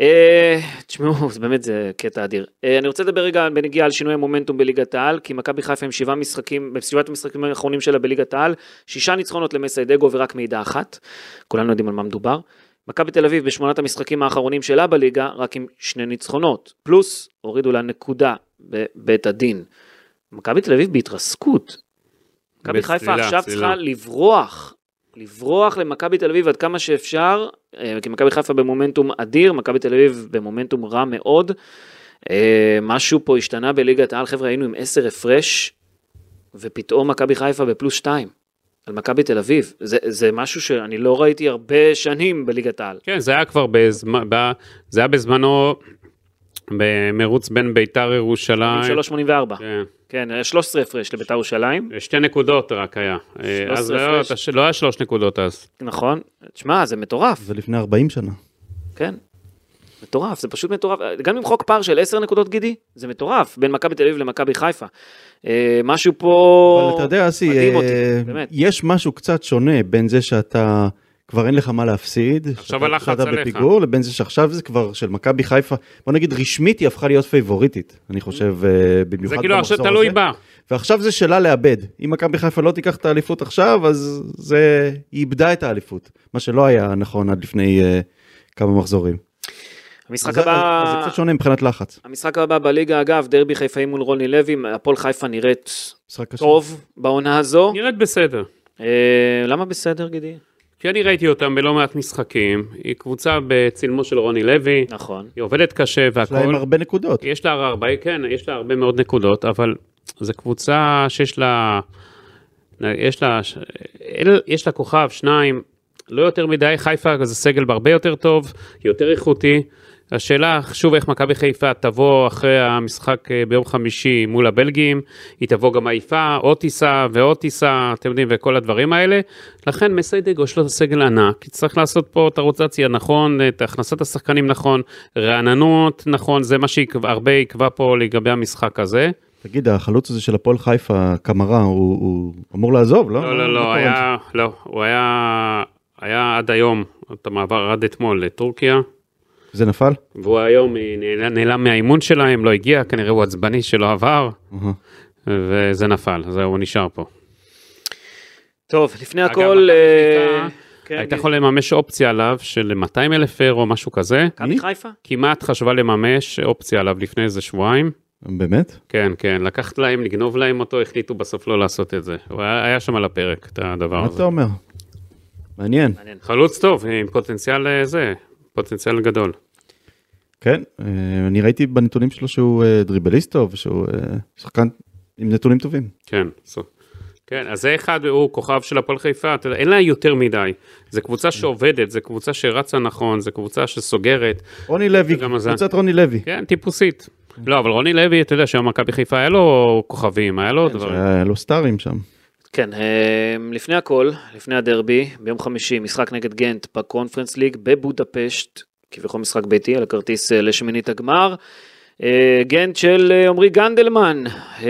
Speaker 1: אה, תשמעו, זה באמת זה קטע אדיר. אה, אני רוצה לדבר רגע בנגיעה על שינוי המומנטום בליגת העל, כי מכבי חיפה עם שבעה משחקים, בסביבת המשחקים האחרונים שלה בליגת העל, שישה ניצחונות למסיידגו ורק מעידה אחת. כולנו יודעים על מה מדובר. מכבי תל אביב בשמונת המשחקים האחרונים שלה בליגה, רק עם שני ניצחונות. פלוס, הורידו לה נקודה בבית הדין. מכבי תל אביב בהתרסקות. מכבי חיפה
Speaker 3: בצלילה,
Speaker 1: עכשיו
Speaker 3: צלילה.
Speaker 1: צריכה לברוח. לברוח למכבי תל אביב עד כמה שאפשר, אה, כי מכבי חיפה במומנטום אדיר, מכבי תל אביב במומנטום רע מאוד. אה, משהו פה השתנה בליגת העל, חבר'ה, היינו עם 10 הפרש, ופתאום מכבי חיפה בפלוס 2, על מכבי תל אביב. זה, זה משהו שאני לא ראיתי הרבה שנים בליגת העל.
Speaker 3: כן, זה היה כבר בזמן, ב- זה היה בזמנו במרוץ בין ביתר ירושלים.
Speaker 1: 384.
Speaker 3: כן. אה,
Speaker 1: כן, היה 13 הפרש לביתר ירושלים,
Speaker 3: שתי נקודות רק היה. אה, אז לא,
Speaker 1: הפרש.
Speaker 3: אתה ש- לא היה שלוש נקודות אז.
Speaker 1: נכון? תשמע, זה מטורף,
Speaker 2: זה לפני 40 שנה.
Speaker 1: כן. מטורף, זה פשוט מטורף. גם למחוק פער של 10 נקודות, גידי, זה מטורף, בין מכבי תל אביב למכבי חיפה. אה, משהו פה...
Speaker 2: אבל אתה יודע, אסי,
Speaker 1: מדהים
Speaker 2: אה,
Speaker 1: אותי, באמת.
Speaker 2: יש משהו קצת שונה בין זה שאתה, כבר אין לך מה להפסיד, שאתה-
Speaker 3: הלחץ
Speaker 2: שאתה
Speaker 3: עליך.
Speaker 2: בפיגור, לבין זה שעכשיו זה כבר של מכבי חיפה, בוא נגיד רשמית היא הפכה להיות פייבוריטית, אני חושב, אה, במיוחד
Speaker 3: זה
Speaker 2: במחזור הזה.
Speaker 3: כאילו עכשיו תלוי בה.
Speaker 2: ועכשיו זה שלה לאבד. אם מכבי חיפה לא תיקח את האליפות עכשיו, אז זה... היא איבדה את האליפות. מה שלא היה נכון עד לפני אה, כמה מחזורים.
Speaker 1: המשחק
Speaker 2: אז- אז, אז
Speaker 1: הבא...
Speaker 2: זה קצת שונה מבחינת לחץ.
Speaker 1: המשחק הבא בליגה, אגב, דרבי חיפאי מול רוני לוי, הפועל חיפה נראית
Speaker 2: משחק קשה.
Speaker 1: טוב בעונה הזו.
Speaker 3: נראית בסדר.
Speaker 1: אה, למה בסדר, גידי?
Speaker 3: כי אני ראיתי אותם בלא מעט משחקים. היא קבוצה בצילמו של רוני לוי.
Speaker 1: נכון.
Speaker 3: היא עובדת קשה
Speaker 2: יש להם
Speaker 3: והכל.
Speaker 2: הרבה נקודות.
Speaker 3: יש לה הרבה, כן, יש לה הרבה מאוד נקודות, אבל זו קבוצה שיש לה, יש לה, יש לה כוכב, שניים, לא יותר מדי, חיפה זה סגל הרבה יותר טוב, יותר איכותי. השאלה, שוב, איך מכבי חיפה תבוא אחרי המשחק אה, ביום חמישי מול הבלגים, היא תבוא גם עייפה, עוד טיסה ועוד טיסה, אתם יודעים, וכל הדברים האלה. לכן מסיידגו יש לו סגל ענק, צריך לעשות פה את הרוטציה נכון, את הכנסת השחקנים נכון, רעננות נכון, זה מה שהרבה יקבע פה לגבי המשחק הזה.
Speaker 2: תגיד, החלוץ הזה של הפועל חיפה, קמרה, הוא, הוא אמור לעזוב, לא?
Speaker 3: לא,
Speaker 2: מה
Speaker 3: לא, לא,
Speaker 2: קורה עם זה?
Speaker 3: היה, לא, הוא היה, היה עד היום, את המעבר עד אתמול לטורקיה,
Speaker 2: זה נפל?
Speaker 3: והוא היום נעלם, נעלם מהאימון שלהם, לא הגיע, כנראה הוא עצבני שלא עבר,
Speaker 2: אהה.
Speaker 3: וזה נפל, זהו, הוא נשאר פה.
Speaker 1: טוב, לפני
Speaker 3: אגב,
Speaker 1: הכל...
Speaker 3: מכבי
Speaker 1: אה,
Speaker 3: חיפה
Speaker 1: כן,
Speaker 3: הייתה
Speaker 1: גידי.
Speaker 3: יכולה לממש אופציה עליו של 200 אלף אירו, משהו כזה.
Speaker 1: מכבי חיפה?
Speaker 3: כמעט חשבה לממש אופציה עליו לפני איזה שבועיים.
Speaker 2: באמת?
Speaker 3: כן, כן, לקחת להם, לגנוב להם אותו, החליטו בסוף לא לעשות את זה. הוא היה, היה שם על הפרק, את הדבר
Speaker 2: מה
Speaker 3: הזה.
Speaker 2: אתה אומר? מעניין.
Speaker 3: חלוץ טוב, עם פוטנציאל אה, זה, פוטנציאל גדול.
Speaker 2: כן, אה, אני ראיתי בנתונים שלו שהוא אה, דריבליסט טוב, שהוא אה, שחקן עם נתונים טובים.
Speaker 3: כן, סוף. כן, אז זה אחד, הוא כוכב של הפועל חיפה, אתה יודע, אין לה יותר מדי. זו קבוצה שעובדת, זו קבוצה שרצה נכון, זו קבוצה שסוגרת,
Speaker 2: רוני לוי,
Speaker 3: גם מזל.
Speaker 2: קבוצת רוני לוי.
Speaker 3: כן, טיפוסית. לא, אבל רוני לוי, אתה יודע, שהיום מכבי חיפה היה לו כוכבים, היה לו דברים.
Speaker 2: שהיה לו סטארים שם.
Speaker 1: כן, אה, לפני הכל, לפני הדרבי, ביום חמישי, משחק נגד גנט בקונפרנס ליג בבודפשט, כביכול משחק ביתי על הכרטיס אה, לשמינית הגמר. אה, גנט של אה, עמרי גנדלמן, אה,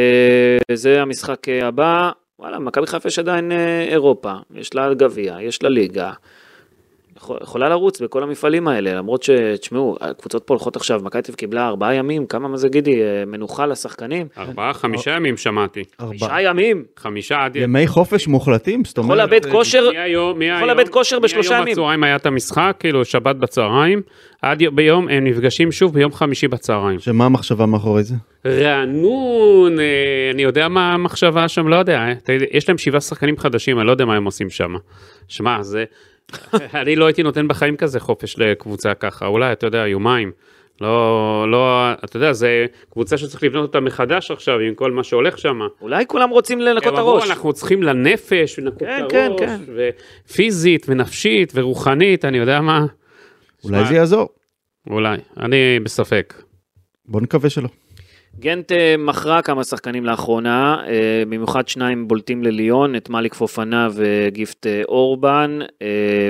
Speaker 1: זה המשחק אה, הבא. וואלה, מכבי חיפה יש עדיין אה, אירופה, יש לה גביע, יש לה ליגה. יכול- יכולה לרוץ בכל המפעלים האלה, למרות ש... תשמעו, הקבוצות פה הולכות עכשיו, מכבי תל אביב קיבלה ארבעה ימים, כמה מה זה גידי, אה, מנוחה לשחקנים?
Speaker 3: ארבעה,
Speaker 1: אה.
Speaker 3: חמישה ימים שמעתי.
Speaker 2: ארבעה.
Speaker 1: תשעה ימים,
Speaker 3: חמישה עד...
Speaker 2: ימי חופש מוחלטים? זאת
Speaker 1: יכול
Speaker 2: אומרת...
Speaker 1: לאבד
Speaker 2: אה,
Speaker 1: כושר,
Speaker 3: מהיום, מהיום,
Speaker 1: לאבד כושר בשלושה
Speaker 3: מהיום
Speaker 1: ימים.
Speaker 3: בצהריים היה את המשחק, כאילו שבת בצהריים, עד יום- ביום, הם נפגשים שוב ביום חמישי בצהריים.
Speaker 2: שמה המחשבה מאחורי זה?
Speaker 3: רענון, אה, אני יודע מה המחשבה שם, לא יודע, אה, אתה יודע, יש להם שבעה שחקנים חדשים, אני לא יודע מה הם עושים שם. שמע, זה... [laughs] אני לא הייתי נותן בחיים כזה חופש לקבוצה ככה, אולי, אתה יודע, יומיים. לא, לא, אתה יודע, זה קבוצה שצריך לבנות אותה מחדש עכשיו, עם כל מה שהולך שם.
Speaker 1: אולי כולם רוצים לנקות
Speaker 3: הם
Speaker 1: את
Speaker 3: אמרו,
Speaker 1: הראש.
Speaker 3: אנחנו צריכים לנפש, ונקות
Speaker 1: כן,
Speaker 3: את
Speaker 1: כן,
Speaker 3: הראש,
Speaker 1: כן.
Speaker 3: ופיזית, ונפשית, ורוחנית, אני יודע מה,
Speaker 2: אולי זה יעזור.
Speaker 3: אולי, אני בספק.
Speaker 2: בוא נקווה שלא.
Speaker 1: גנט אה, מכרה כמה שחקנים לאחרונה, אה, במיוחד שניים בולטים לליון, את מאליק פופנה וגיפט אה, אורבן, אה,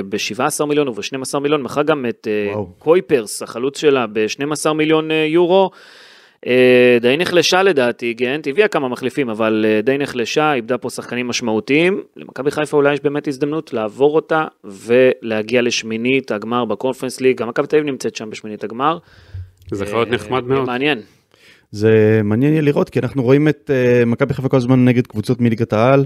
Speaker 1: ב-17 מיליון וב-12 מיליון, מכרה גם את אה,
Speaker 2: וואו.
Speaker 1: קויפרס, החלוץ שלה, ב-12 מיליון אה, יורו. אה, די נחלשה לדעתי, גנט, הביאה כמה מחליפים, אבל אה, די נחלשה, איבדה פה שחקנים משמעותיים. למכבי חיפה אולי יש באמת הזדמנות לעבור אותה ולהגיע לשמינית הגמר בקונפרנס ליג. גם מכבי תל אביב נמצאת שם בשמינית הגמר.
Speaker 3: זה יכול להיות
Speaker 1: אה,
Speaker 3: נחמד
Speaker 1: יהיה
Speaker 3: מאוד.
Speaker 1: מעניין.
Speaker 2: זה מעניין יהיה לראות, כי אנחנו רואים את אה, מכבי חיפה כל הזמן נגד קבוצות מליגת העל,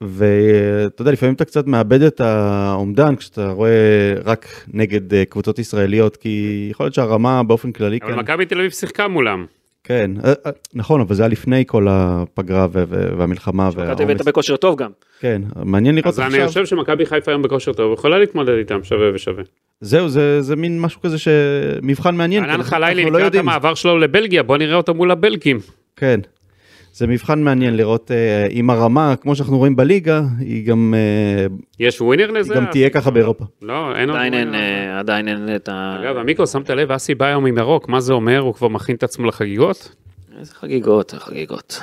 Speaker 2: ואתה יודע, לפעמים אתה קצת מאבד את האומדן כשאתה רואה רק נגד אה, קבוצות ישראליות, כי יכול להיות שהרמה באופן כללי
Speaker 3: אבל
Speaker 1: כן.
Speaker 2: כאן...
Speaker 3: מכבי תל אביב שיחקה מולם.
Speaker 2: כן, אה, אה, נכון, אבל זה היה לפני כל הפגרה ו- ו- והמלחמה
Speaker 1: מכבי תל אביב
Speaker 2: והעומס.
Speaker 1: הייתה בכושר טוב גם.
Speaker 2: כן, מעניין לראות
Speaker 3: אז אני
Speaker 2: עכשיו. כן,
Speaker 3: חושב שמכבי חיפה היום בכושר טוב, יכולה להתמודד איתם שווה ושווה.
Speaker 2: זהו, זה זה מין משהו כזה שמבחן מעניין. כי
Speaker 3: ענן חלילי
Speaker 2: אנחנו לא
Speaker 3: לקראת
Speaker 2: יודעים.
Speaker 3: המעבר שלו לבלגיה, בוא נראה אותו מול הבלגים.
Speaker 2: כן. זה מבחן מעניין לראות אה, אם הרמה, כמו שאנחנו רואים בליגה, היא גם אה,
Speaker 3: יש ווינר
Speaker 2: היא
Speaker 3: לזה?
Speaker 2: גם תהיה ככה באירופה.
Speaker 3: לא, אין עוד
Speaker 1: עדיין אין,
Speaker 3: ווינר.
Speaker 1: אה, עדיין אין את ה...
Speaker 3: אגב, אה, המיקרו, שמת לב, אסי בא היום עם ירוק, מה זה אומר? הוא כבר מכין את עצמו לחגיגות?
Speaker 1: איזה חגיגות, איזה חגיגות.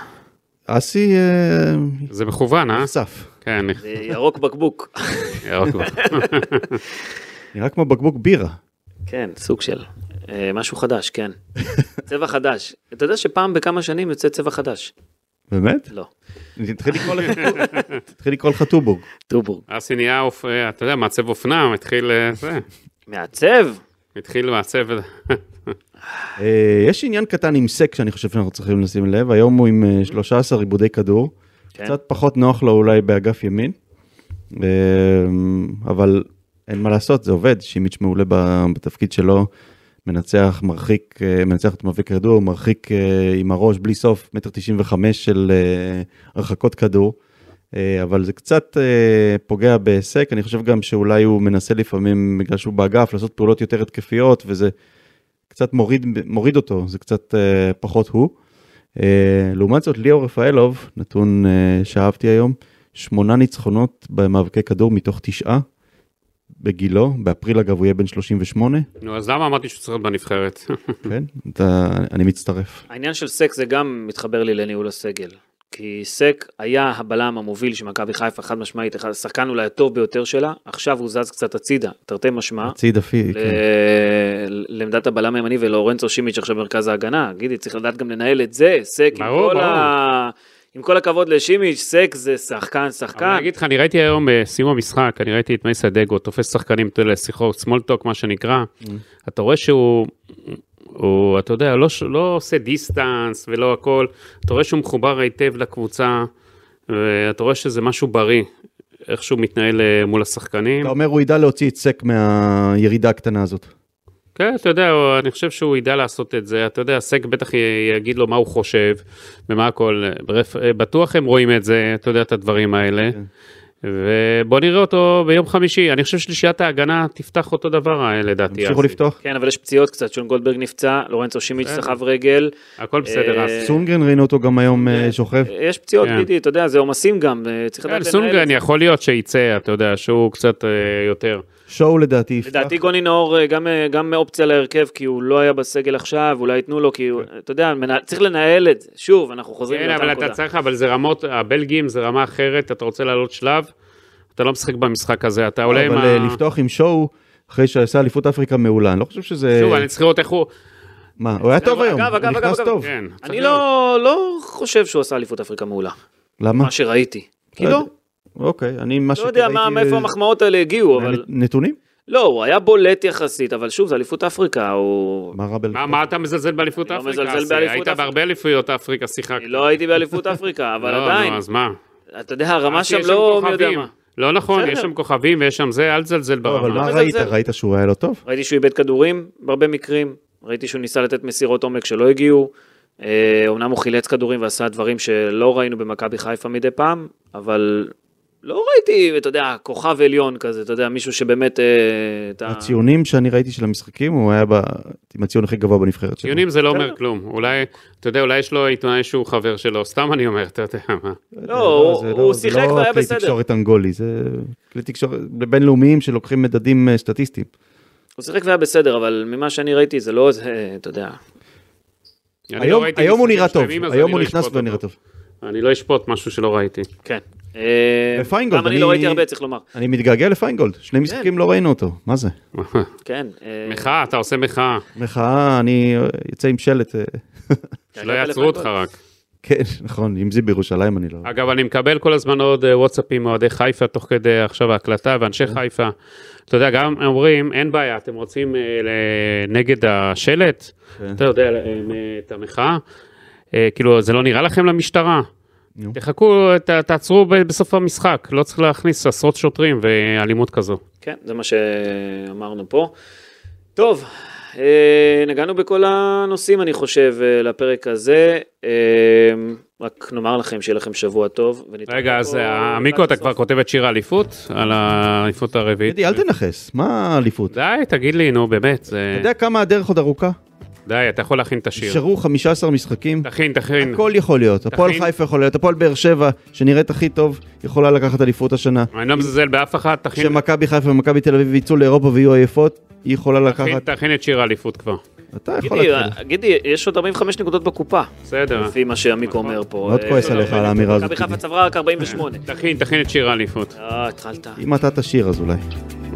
Speaker 2: אסי אה,
Speaker 3: זה מכוון, אה?
Speaker 2: נחשף.
Speaker 3: כן,
Speaker 1: זה ירוק
Speaker 3: [laughs]
Speaker 1: בקבוק.
Speaker 3: ירוק.
Speaker 2: נראה כמו בקבוק בירה.
Speaker 1: כן, סוג של. אה, משהו חדש, כן. צבע חדש. אתה יודע שפעם בכמה שנים יוצא צבע חדש?
Speaker 2: באמת?
Speaker 1: לא.
Speaker 2: תתחיל לקרוא לך טוב- תתחיל לקרוא לך טובורג.
Speaker 1: טובורג.
Speaker 3: אסי נהיה, אופ- אה, אתה יודע, מעצב אופנה, התחיל, אה, זה,
Speaker 1: מעצב?
Speaker 3: התחיל מעצב,
Speaker 2: אה, יש עניין קטן עם סק שאני חושב שאנחנו צריכים לשים לב, היום הוא עם אה, 13 עיבודי כדור,
Speaker 1: כן.
Speaker 2: קצת פחות נוח לו אולי באגף ימין, אה, אבל אין מה לעשות, זה עובד, שימיץ' מעולה ב- בתפקיד שלו, מנצח, מרחיק, אה, מנצח את מאבק כדור, מרחיק אה, עם הראש בלי סוף, מטר 95 של אה, הרחקות כדור. אה, אבל זה קצת אה, פוגע בהיסק, אני חושב גם שאולי הוא מנסה לפעמים, בגלל שהוא באגף, לעשות פעולות יותר התקפיות, וזה קצת מוריד, מוריד אותו, זה קצת אה, פחות הוא. אה, לעומת זאת, ליאור רפאלוב, נתון אה, שאהבתי היום, שמונה ניצחונות במאבקי כדור מתוך תשעה בגילו, באפריל אגב הוא יהיה בן 38,
Speaker 3: נו, אז למה אמרתי שהוא צריך להיות בנבחרת?
Speaker 2: כן, אתה, אני מצטרף.
Speaker 1: העניין של סק זה גם מתחבר לי לניהול הסגל. כי סק היה הבלם המוביל של מכבי חיפה, חד משמעית, אחד- השחקן אולי הטוב ביותר שלה, עכשיו הוא זז קצת הצידה, תרתי
Speaker 3: אה?
Speaker 1: משמע.
Speaker 2: ציד אפי,
Speaker 1: ל-
Speaker 2: כן.
Speaker 1: לעמדת הבלם הימני ולאורנצו שימיץ' עכשיו במרכז ההגנה. גידי, צריך לדעת גם לנהל את זה, סק, עם
Speaker 3: ברור,
Speaker 1: כל
Speaker 3: ברור.
Speaker 1: ה- עם כל הכבוד לשימיץ', סק זה שחקן,
Speaker 3: אבל אני
Speaker 1: שחקן.
Speaker 3: אגיד לך, אני ראיתי היום בסיום המשחק, אני ראיתי את מייסה דגו תופס שחקנים אתה יודע, לשיחות, small talk מה שנקרא, אתה רואה שהוא, הוא, אתה יודע, לא, ש- לא עושה דיסטנס ולא הכל, אתה רואה שהוא מחובר היטב לקבוצה, ואתה רואה שזה משהו בריא, איך שהוא מתנהל אה, מול השחקנים.
Speaker 2: אתה אומר הוא ידע להוציא את סק מהירידה הקטנה הזאת.
Speaker 3: כן, אתה יודע, הוא- אני חושב שהוא ידע לעשות את זה, אתה יודע, סק בטח י- יגיד לו מה הוא חושב ומה הכל, ברפ- בטוח הם רואים את זה, אתה יודע, את הדברים האלה.
Speaker 2: כן.
Speaker 3: ובוא נראה אותו ביום חמישי, אני חושב שלישיית ההגנה תפתח אותו דבר אה, לדעתי.
Speaker 2: המשיכו
Speaker 3: אסי.
Speaker 2: לפתוח?
Speaker 1: כן, אבל יש פציעות קצת, שון גולדברג נפצע, לורנצו שימיץ'
Speaker 3: בסדר.
Speaker 1: סחב רגל.
Speaker 3: הכל בסדר,
Speaker 1: אה,
Speaker 3: אז.
Speaker 2: סונגרן ראינו אותו גם היום אה, שוכב.
Speaker 1: יש פציעות,
Speaker 3: כן.
Speaker 1: גידי, אתה יודע, זה עומסים גם, אה, צריך לדעת
Speaker 3: כן,
Speaker 1: לנהל. את
Speaker 3: סונגרן
Speaker 1: זה.
Speaker 3: יכול להיות שיצא, אתה יודע, שהוא קצת אה, יותר.
Speaker 2: שואו לדעתי יפתח.
Speaker 1: לדעתי גוני נאור אה, גם, אה, גם אופציה להרכב, כי הוא לא היה בסגל עכשיו, אולי ייתנו לו, כי הוא, אתה יודע, מנה- צריך לנהל את זה. שוב, אנחנו חוזרים
Speaker 3: כן,
Speaker 1: לאותה
Speaker 3: אבל אתה
Speaker 1: נקודה.
Speaker 3: צריך, אבל זה רמות, הבלגים זה רמה אחרת, אתה רוצה לעלות שלב, אתה לא משחק במשחק הזה, אתה עולה עם
Speaker 2: אבל אה,
Speaker 3: ה...
Speaker 2: לפתוח עם שואו אחרי שעשה אליפות אפריקה מעולה, אני לא חושב שזה...
Speaker 3: שוב, אני צריך לראות איך הוא...
Speaker 2: מה, הוא היה טוב
Speaker 1: אגב,
Speaker 2: היום,
Speaker 1: אגב,
Speaker 2: הוא
Speaker 1: אגב,
Speaker 2: נכנס
Speaker 1: אגב,
Speaker 2: טוב.
Speaker 3: כן, צריך
Speaker 1: אני
Speaker 3: לראות.
Speaker 1: לא, לא חושב שהוא עשה אליפות אפריקה מעולה,
Speaker 2: למה?
Speaker 1: מה שראיתי. כי
Speaker 2: יודע.
Speaker 1: לא,
Speaker 2: אוקיי, אני מה אה,
Speaker 1: לא יודע מה- מאיפה המחמאות האלה הגיעו, אבל...
Speaker 2: נתונים?
Speaker 1: לא, הוא היה בולט יחסית, אבל שוב, זה אליפות אפריקה, הוא...
Speaker 2: מה רע ב...
Speaker 3: מה- מה אתה מזלזל באליפות
Speaker 1: אני לא
Speaker 3: אפריקה?
Speaker 1: מזלזל
Speaker 3: אסי?
Speaker 1: באליפות
Speaker 3: היית
Speaker 1: אפריקה.
Speaker 3: בהרבה אליפויות אפריקה, שיחקת.
Speaker 1: אני לא הייתי באליפות אפריקה, אבל
Speaker 3: לא, נו,
Speaker 1: עדיין,
Speaker 3: אז מה?
Speaker 1: אתה יודע, הרמה
Speaker 3: אסי,
Speaker 1: שם
Speaker 3: יש
Speaker 1: לא מי יודע
Speaker 3: כוכבים.
Speaker 1: מה.
Speaker 3: לא נכון,
Speaker 1: בסדר.
Speaker 3: יש שם כוכבים ויש שם זה, אל תזלזל
Speaker 2: לא, אבל
Speaker 3: ברמה.
Speaker 2: מה
Speaker 1: לא
Speaker 2: ראית?
Speaker 1: מזלזל.
Speaker 2: ראית שהוא היה לא טוב?
Speaker 1: ראיתי שהוא איבד כדורים בהרבה מקרים, ראיתי שהוא ניסה לתת מסירות עומק שלא הגיעו. אה, אומנם הוא חילץ כדורים ועשה דברים שלא ראינו במכבי חיפה מדי פעם, אבל לא ראיתי, אתה יודע, כוכב עליון כזה, אתה יודע, מישהו שבאמת... אה, אתה-
Speaker 2: הציונים שאני ראיתי של המשחקים, הוא היה ב- עם הציון הכי גבוה בנבחרת שלו.
Speaker 3: ציונים זה לא אומר כלום, אולי, אתה יודע, אולי יש לו עיתונאי שהוא חבר שלו, סתם אני אומר, אתה יודע מה.
Speaker 1: לא, הוא-
Speaker 2: זה
Speaker 1: הוא
Speaker 2: זה
Speaker 1: שיחק
Speaker 2: לא
Speaker 1: והיה
Speaker 2: כלי
Speaker 1: בסדר.
Speaker 2: תקשורת אנגולי, זה כלי תקשורת בינלאומיים שלוקחים מדדים אה, סטטיסטיים.
Speaker 1: הוא שיחק והיה בסדר, אבל ממה שאני ראיתי זה לא איזה, אה, אתה יודע,
Speaker 3: אני לא
Speaker 2: היום
Speaker 3: ראיתי
Speaker 2: היום הוא
Speaker 3: לא משחקים
Speaker 1: לא
Speaker 2: נראה טוב,
Speaker 3: שלמים, אז
Speaker 2: היום
Speaker 3: אני
Speaker 2: הוא
Speaker 3: לא
Speaker 2: נכנס
Speaker 3: אשפוט
Speaker 2: ונראה
Speaker 3: אותו.
Speaker 2: טוב.
Speaker 3: אני לא אשפוט משהו שלא ראיתי. [laughs]
Speaker 1: כן. אה,
Speaker 2: ופיינגולד,
Speaker 1: גם אני
Speaker 2: אני-
Speaker 1: לא ראיתי הרבה, צריך לומר.
Speaker 2: אני מתגעגע לפיינגולד, שני משחקים לא ראינו אותו, מה זה?
Speaker 1: כן. אה,
Speaker 3: מחאה, אתה עושה מחאה,
Speaker 2: מחאה, אני יוצא עם שלט. אה,
Speaker 3: שלא
Speaker 1: הגעת
Speaker 3: יעצרו אותך
Speaker 1: לפיינגולד.
Speaker 3: רק.
Speaker 2: כן, [laughs] נכון, אם זה בירושלים אני לא...
Speaker 3: אגב, אני מקבל כל הזמן עוד אה, וואטסאפים מאוהדי חיפה, תוך כדי עכשיו ההקלטה, ואנשי
Speaker 2: כן.
Speaker 3: חיפה, אתה יודע, גם אומרים, אין בעיה, אתם רוצים אה, ל- נגד השלט,
Speaker 2: כן.
Speaker 3: אתה יודע, אה, מ- את המחאה, אה, כאילו, זה לא נראה לכם למשטרה?
Speaker 2: נו.
Speaker 3: תחכו, ת- תעצרו ב- בסוף המשחק, לא צריך להכניס עשרות שוטרים ואלימות כזו.
Speaker 1: כן, זה מה שאמרנו פה. טוב, אה, נגענו בכל הנושאים, אני חושב, אה, לפרק הזה. אה, רק נאמר לכם שיהיה לכם שבוע טוב. ונתראה
Speaker 3: רגע,
Speaker 1: פה
Speaker 3: אז אה,
Speaker 1: לקראת
Speaker 3: עמיקו, אתה
Speaker 1: הסוף.
Speaker 3: כבר כותב את שיר האליפות, על האליפות הרביעית.
Speaker 2: אדי, אל תנכס, מה האליפות? אתה
Speaker 3: די, תגיד לי, נו, באמת, זה-
Speaker 2: יודע כמה הדרך עוד ארוכה?
Speaker 3: די, אתה יכול להכין את השיר.
Speaker 2: נשארו 15 משחקים,
Speaker 3: תכין, תכין.
Speaker 2: הכל יכול להיות, הפועל
Speaker 3: תכין.
Speaker 2: חיפה יכול להיות, הפועל באר שבע, שנראית הכי טוב, יכולה לקחת אליפות השנה.
Speaker 3: אני לא מזלזל באף אחד, תכין,
Speaker 2: כשמכבי חיפה ומכבי תל אביב יצאו לאירופה ויהיו עייפות, היא יכולה
Speaker 3: תכין,
Speaker 2: לקחת...
Speaker 3: תכין את שיר האליפות כבר.
Speaker 2: אתה יכול
Speaker 1: גידי, אה,
Speaker 2: להתחיל.
Speaker 1: גידי, יש עוד 45 נקודות בקופה,
Speaker 3: בסדר.
Speaker 1: לפי מה שעמיקו אומר פה.
Speaker 2: מאוד
Speaker 1: אה,
Speaker 2: כועס
Speaker 1: לא,
Speaker 2: עליך
Speaker 1: לא,
Speaker 2: על האמירה הזאת.
Speaker 1: מכבי חיפה צברה רק 48.
Speaker 3: תכין, תכין את שיר האליפות.
Speaker 1: אה, התחלת.
Speaker 2: אם אתה תשיר אז אולי.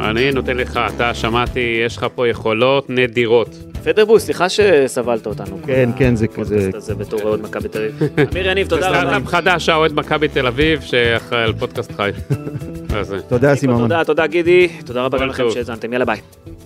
Speaker 3: אה, אני נותן לך, אתה שמעתי, יש לך פה יכולות נדירות.
Speaker 1: פדרבוס, סליחה שסבלת אותנו.
Speaker 2: כן,
Speaker 1: כל
Speaker 2: כן, זה כזה...
Speaker 1: הפודקאסט הזה בתור אוהד מכבי תל אביב.
Speaker 2: [laughs]
Speaker 1: אמיר יניב, תודה רבה.
Speaker 3: סטארט-אפ חדש, האוהד מכבי תל אביב, שאחראי על פודקאסט חי. [laughs] אז זה.
Speaker 2: תודה, סימון.
Speaker 1: תודה, תודה גידי. תודה רבה
Speaker 3: כל
Speaker 1: גם לכם
Speaker 3: טוב.
Speaker 1: שהאזנתם. יאללה ביי.